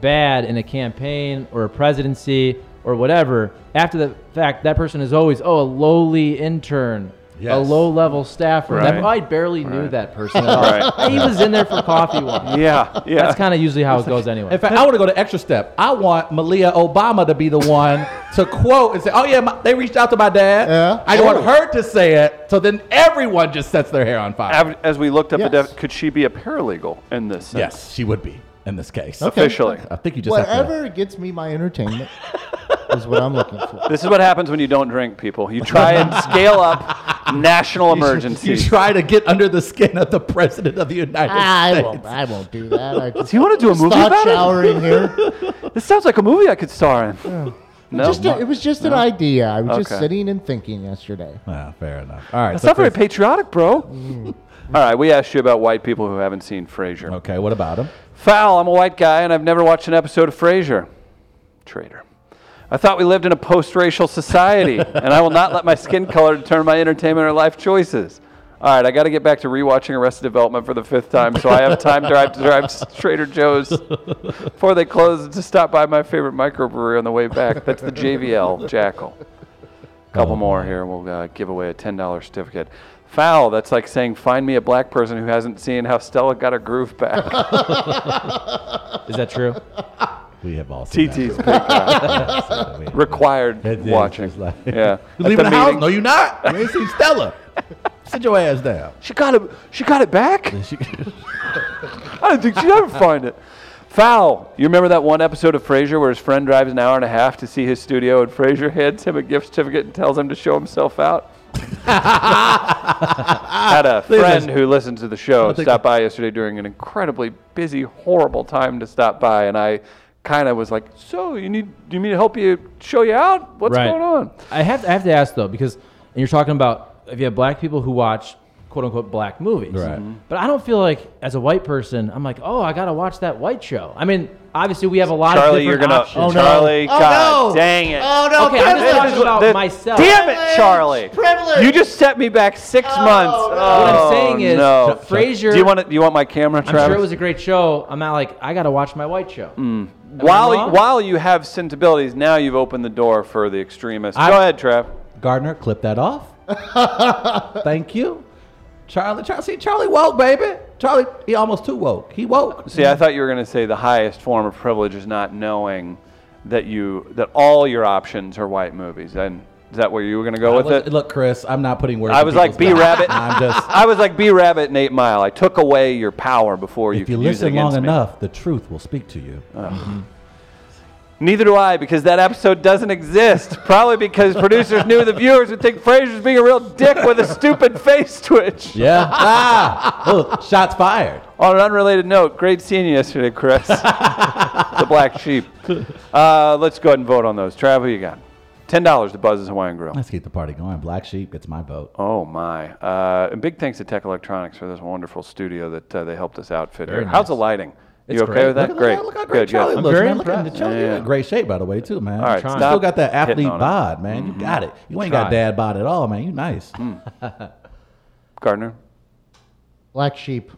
S3: bad in a campaign or a presidency or whatever, after the fact, that person is always oh a lowly intern a
S2: Yes.
S3: low level staffer.
S1: Right.
S3: I probably barely knew that person at all.
S1: Right.
S3: He was in there for coffee once.
S1: Yeah, yeah.
S3: That's kind of usually how it goes anyway.
S2: In fact, I want to go the extra step. I want Malia Obama to be the one to quote and say, "Oh yeah, my, they reached out to my dad."
S5: Yeah. Oh.
S2: I want her to say it, so then everyone just sets their hair on fire.
S1: Av- As we looked up, a
S5: Yes.
S1: def- could she be a paralegal in this? sense?
S2: yes, she would be in this case.
S1: officially.
S2: I think you just have to-
S5: Whatever gets me my entertainment is what I'm looking for.
S1: This is what happens when you don't drink, people. You try and scale up national
S2: You
S1: emergencies.
S2: try to get under the skin of the president of the United
S5: Ah, I
S2: States.
S5: won't. I won't do that. I just
S1: Do you want to do a movie
S5: thought
S1: about
S5: showering here.
S1: it? This sounds like a movie I could star in. No,
S5: Just uh, a- it was just an idea. I was just
S1: Okay.
S5: sitting and thinking yesterday.
S2: Ah, fair enough. All right.
S1: that's
S2: so
S1: not very
S2: Chris-
S1: patriotic, bro. All right, we asked you about white people who haven't seen Frasier.
S2: okay. What about him?
S1: Foul, I'm a white guy and I've never watched an episode of Frasier. Traitor. I thought we lived in a post racial society, and I will not let my skin color determine my entertainment or life choices. All right, I got to get back to rewatching Arrested Development for the fifth time, so I have time to drive to drive to Trader Joe's before they close to stop by my favorite microbrewery on the way back. That's the JVL Jackal. Couple more here, and we'll uh, give away a ten dollar certificate. Foul. That's like saying find me a black person who hasn't seen how Stella got her groove back.
S3: Is that true?
S2: We have all seen
S1: TT's Big
S2: that.
S1: Top.
S2: So we-
S1: Required
S2: It is,
S1: watching.
S2: it's like-
S1: yeah.
S2: You
S1: At
S2: leaving the, house?
S1: meeting.
S2: No, you not. You ain't seen Stella. Sit your ass down.
S1: She got it. She got it back.
S2: She-
S1: I didn't think she'd ever find it. Foul. You remember that one episode of Frasier where his friend drives an hour and a half to see his studio, and Frasier hands him a gift certificate and tells him to show himself out. Had a friend who listened to the show stop by yesterday during an incredibly busy, horrible time to stop by, and I kind of was like, "So you need? Do you need me to help you show you out? What's
S3: right.
S1: going on?"
S3: I have I have to ask though because and you're talking about if you have black people who watch quote unquote black movies, Mm-hmm.
S2: Right. Mhm.
S3: But I don't feel like as a white person, I'm like, oh, I gotta watch that white show. I mean, obviously we have a lot
S1: Charlie,
S3: of
S1: you're
S3: different
S1: gonna.
S3: options.
S1: Charlie,
S5: Oh,
S1: God,
S5: no.
S1: dang it.
S5: Oh no!
S3: Okay, I'm just
S5: privilege.
S3: talking about
S1: This-
S3: myself.
S1: Damn it, Charlie!
S5: Privilege.
S1: You just set me back six months.
S5: no.
S3: What
S1: Oh,
S3: I'm saying is,
S1: no.
S3: Frasier-
S1: Do you want? it- Do you want my camera,
S3: I'm
S1: Travis?
S3: sure it was a great show. I'm not like I gotta watch my white show.
S1: Mm. while
S3: wrong?
S1: while you have sensibilities, now you've opened the door for the extremists. Go ahead, Trav.
S2: Gardner, clip that off. Thank you. Charlie, Charlie, see, Charlie woke, baby. Charlie, he almost too woke. He woke.
S1: See, I thought you were going to say the highest form of privilege is not knowing that you that all your options are white movies. And is that where you were going to go with
S2: Look,
S1: it?
S2: look, Chris, I'm not putting words.
S1: I
S2: in
S1: was like
S2: people's
S1: B
S2: mouth.
S1: Rabbit.
S2: I'm just.
S1: I was like B Rabbit and Eight Mile. I took away your power before you
S2: If you
S1: could use it
S2: listen
S1: against
S2: long
S1: me. Uh-huh.
S2: enough, the truth will speak to you.
S1: Neither do I, because that episode doesn't exist. Probably because producers knew the viewers would think Frasier's being a real dick with a stupid face twitch.
S2: Yeah. ah. Oh, shots fired.
S1: On an unrelated note, great seeing you yesterday, Chris. the black sheep. Uh, let's go ahead and vote on those. Trav, who you got? Ten dollars to Buzz's Hawaiian Grill.
S2: Let's keep the party going. Black sheep gets my vote.
S1: Oh my! Uh, and big thanks to Tech Electronics for this wonderful studio that uh, they helped us outfit. here. How's the lighting? you okay with that?
S2: Look, at-
S1: great.
S2: Look how great
S1: good,
S2: Charlie
S1: good.
S2: looks,
S3: very
S2: man. Look at
S3: impressed.
S2: the Charlie. You're
S1: Yeah.
S2: in great shape, by the way, too, man.
S1: All right,
S2: you still
S1: stop
S2: got that
S1: hitting
S2: athlete
S1: on it.
S2: bod, man. You got it. You ain't got
S3: Trying.
S2: dad bod at all, man. You nice.
S1: Hmm. Gardner,
S5: Black sheep.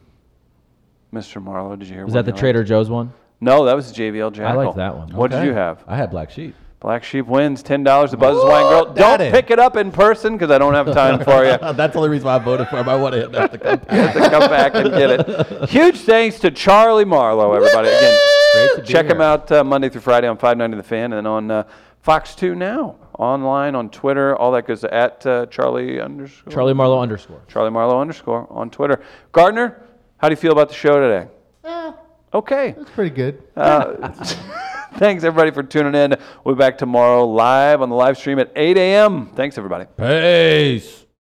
S1: Mr. Marlowe, did you hear?
S3: Was
S1: what
S3: that the
S1: you liked?
S3: Trader Joe's one?
S1: No, that was JVL Jackal.
S3: liked that one.
S1: What
S2: Okay.
S1: did you have?
S2: I had black sheep.
S1: Black Sheep wins ten dollars to Buzz's Wine
S2: Woo,
S1: Girl. Don't
S2: daddy.
S1: pick it up in person because I don't have time for you.
S2: That's the only reason why I voted for him. I wanted him to have to come back.
S1: to come back and get it. Huge thanks to Charlie Marlowe, everybody. Again, check him out uh, Monday through Friday on 590 The Fan and then on uh, Fox 2 now, online, on Twitter, all that goes to at uh, Charlie underscore.
S3: Charlie Marlowe underscore.
S1: Charlie Marlowe underscore on Twitter. Gardner, how do you feel about the show today?
S5: Eh,
S1: Okay.
S5: it's pretty good.
S1: Thanks, everybody, for tuning in. We'll be back tomorrow live on the live stream at 8 a.m. Thanks, everybody.
S2: Peace.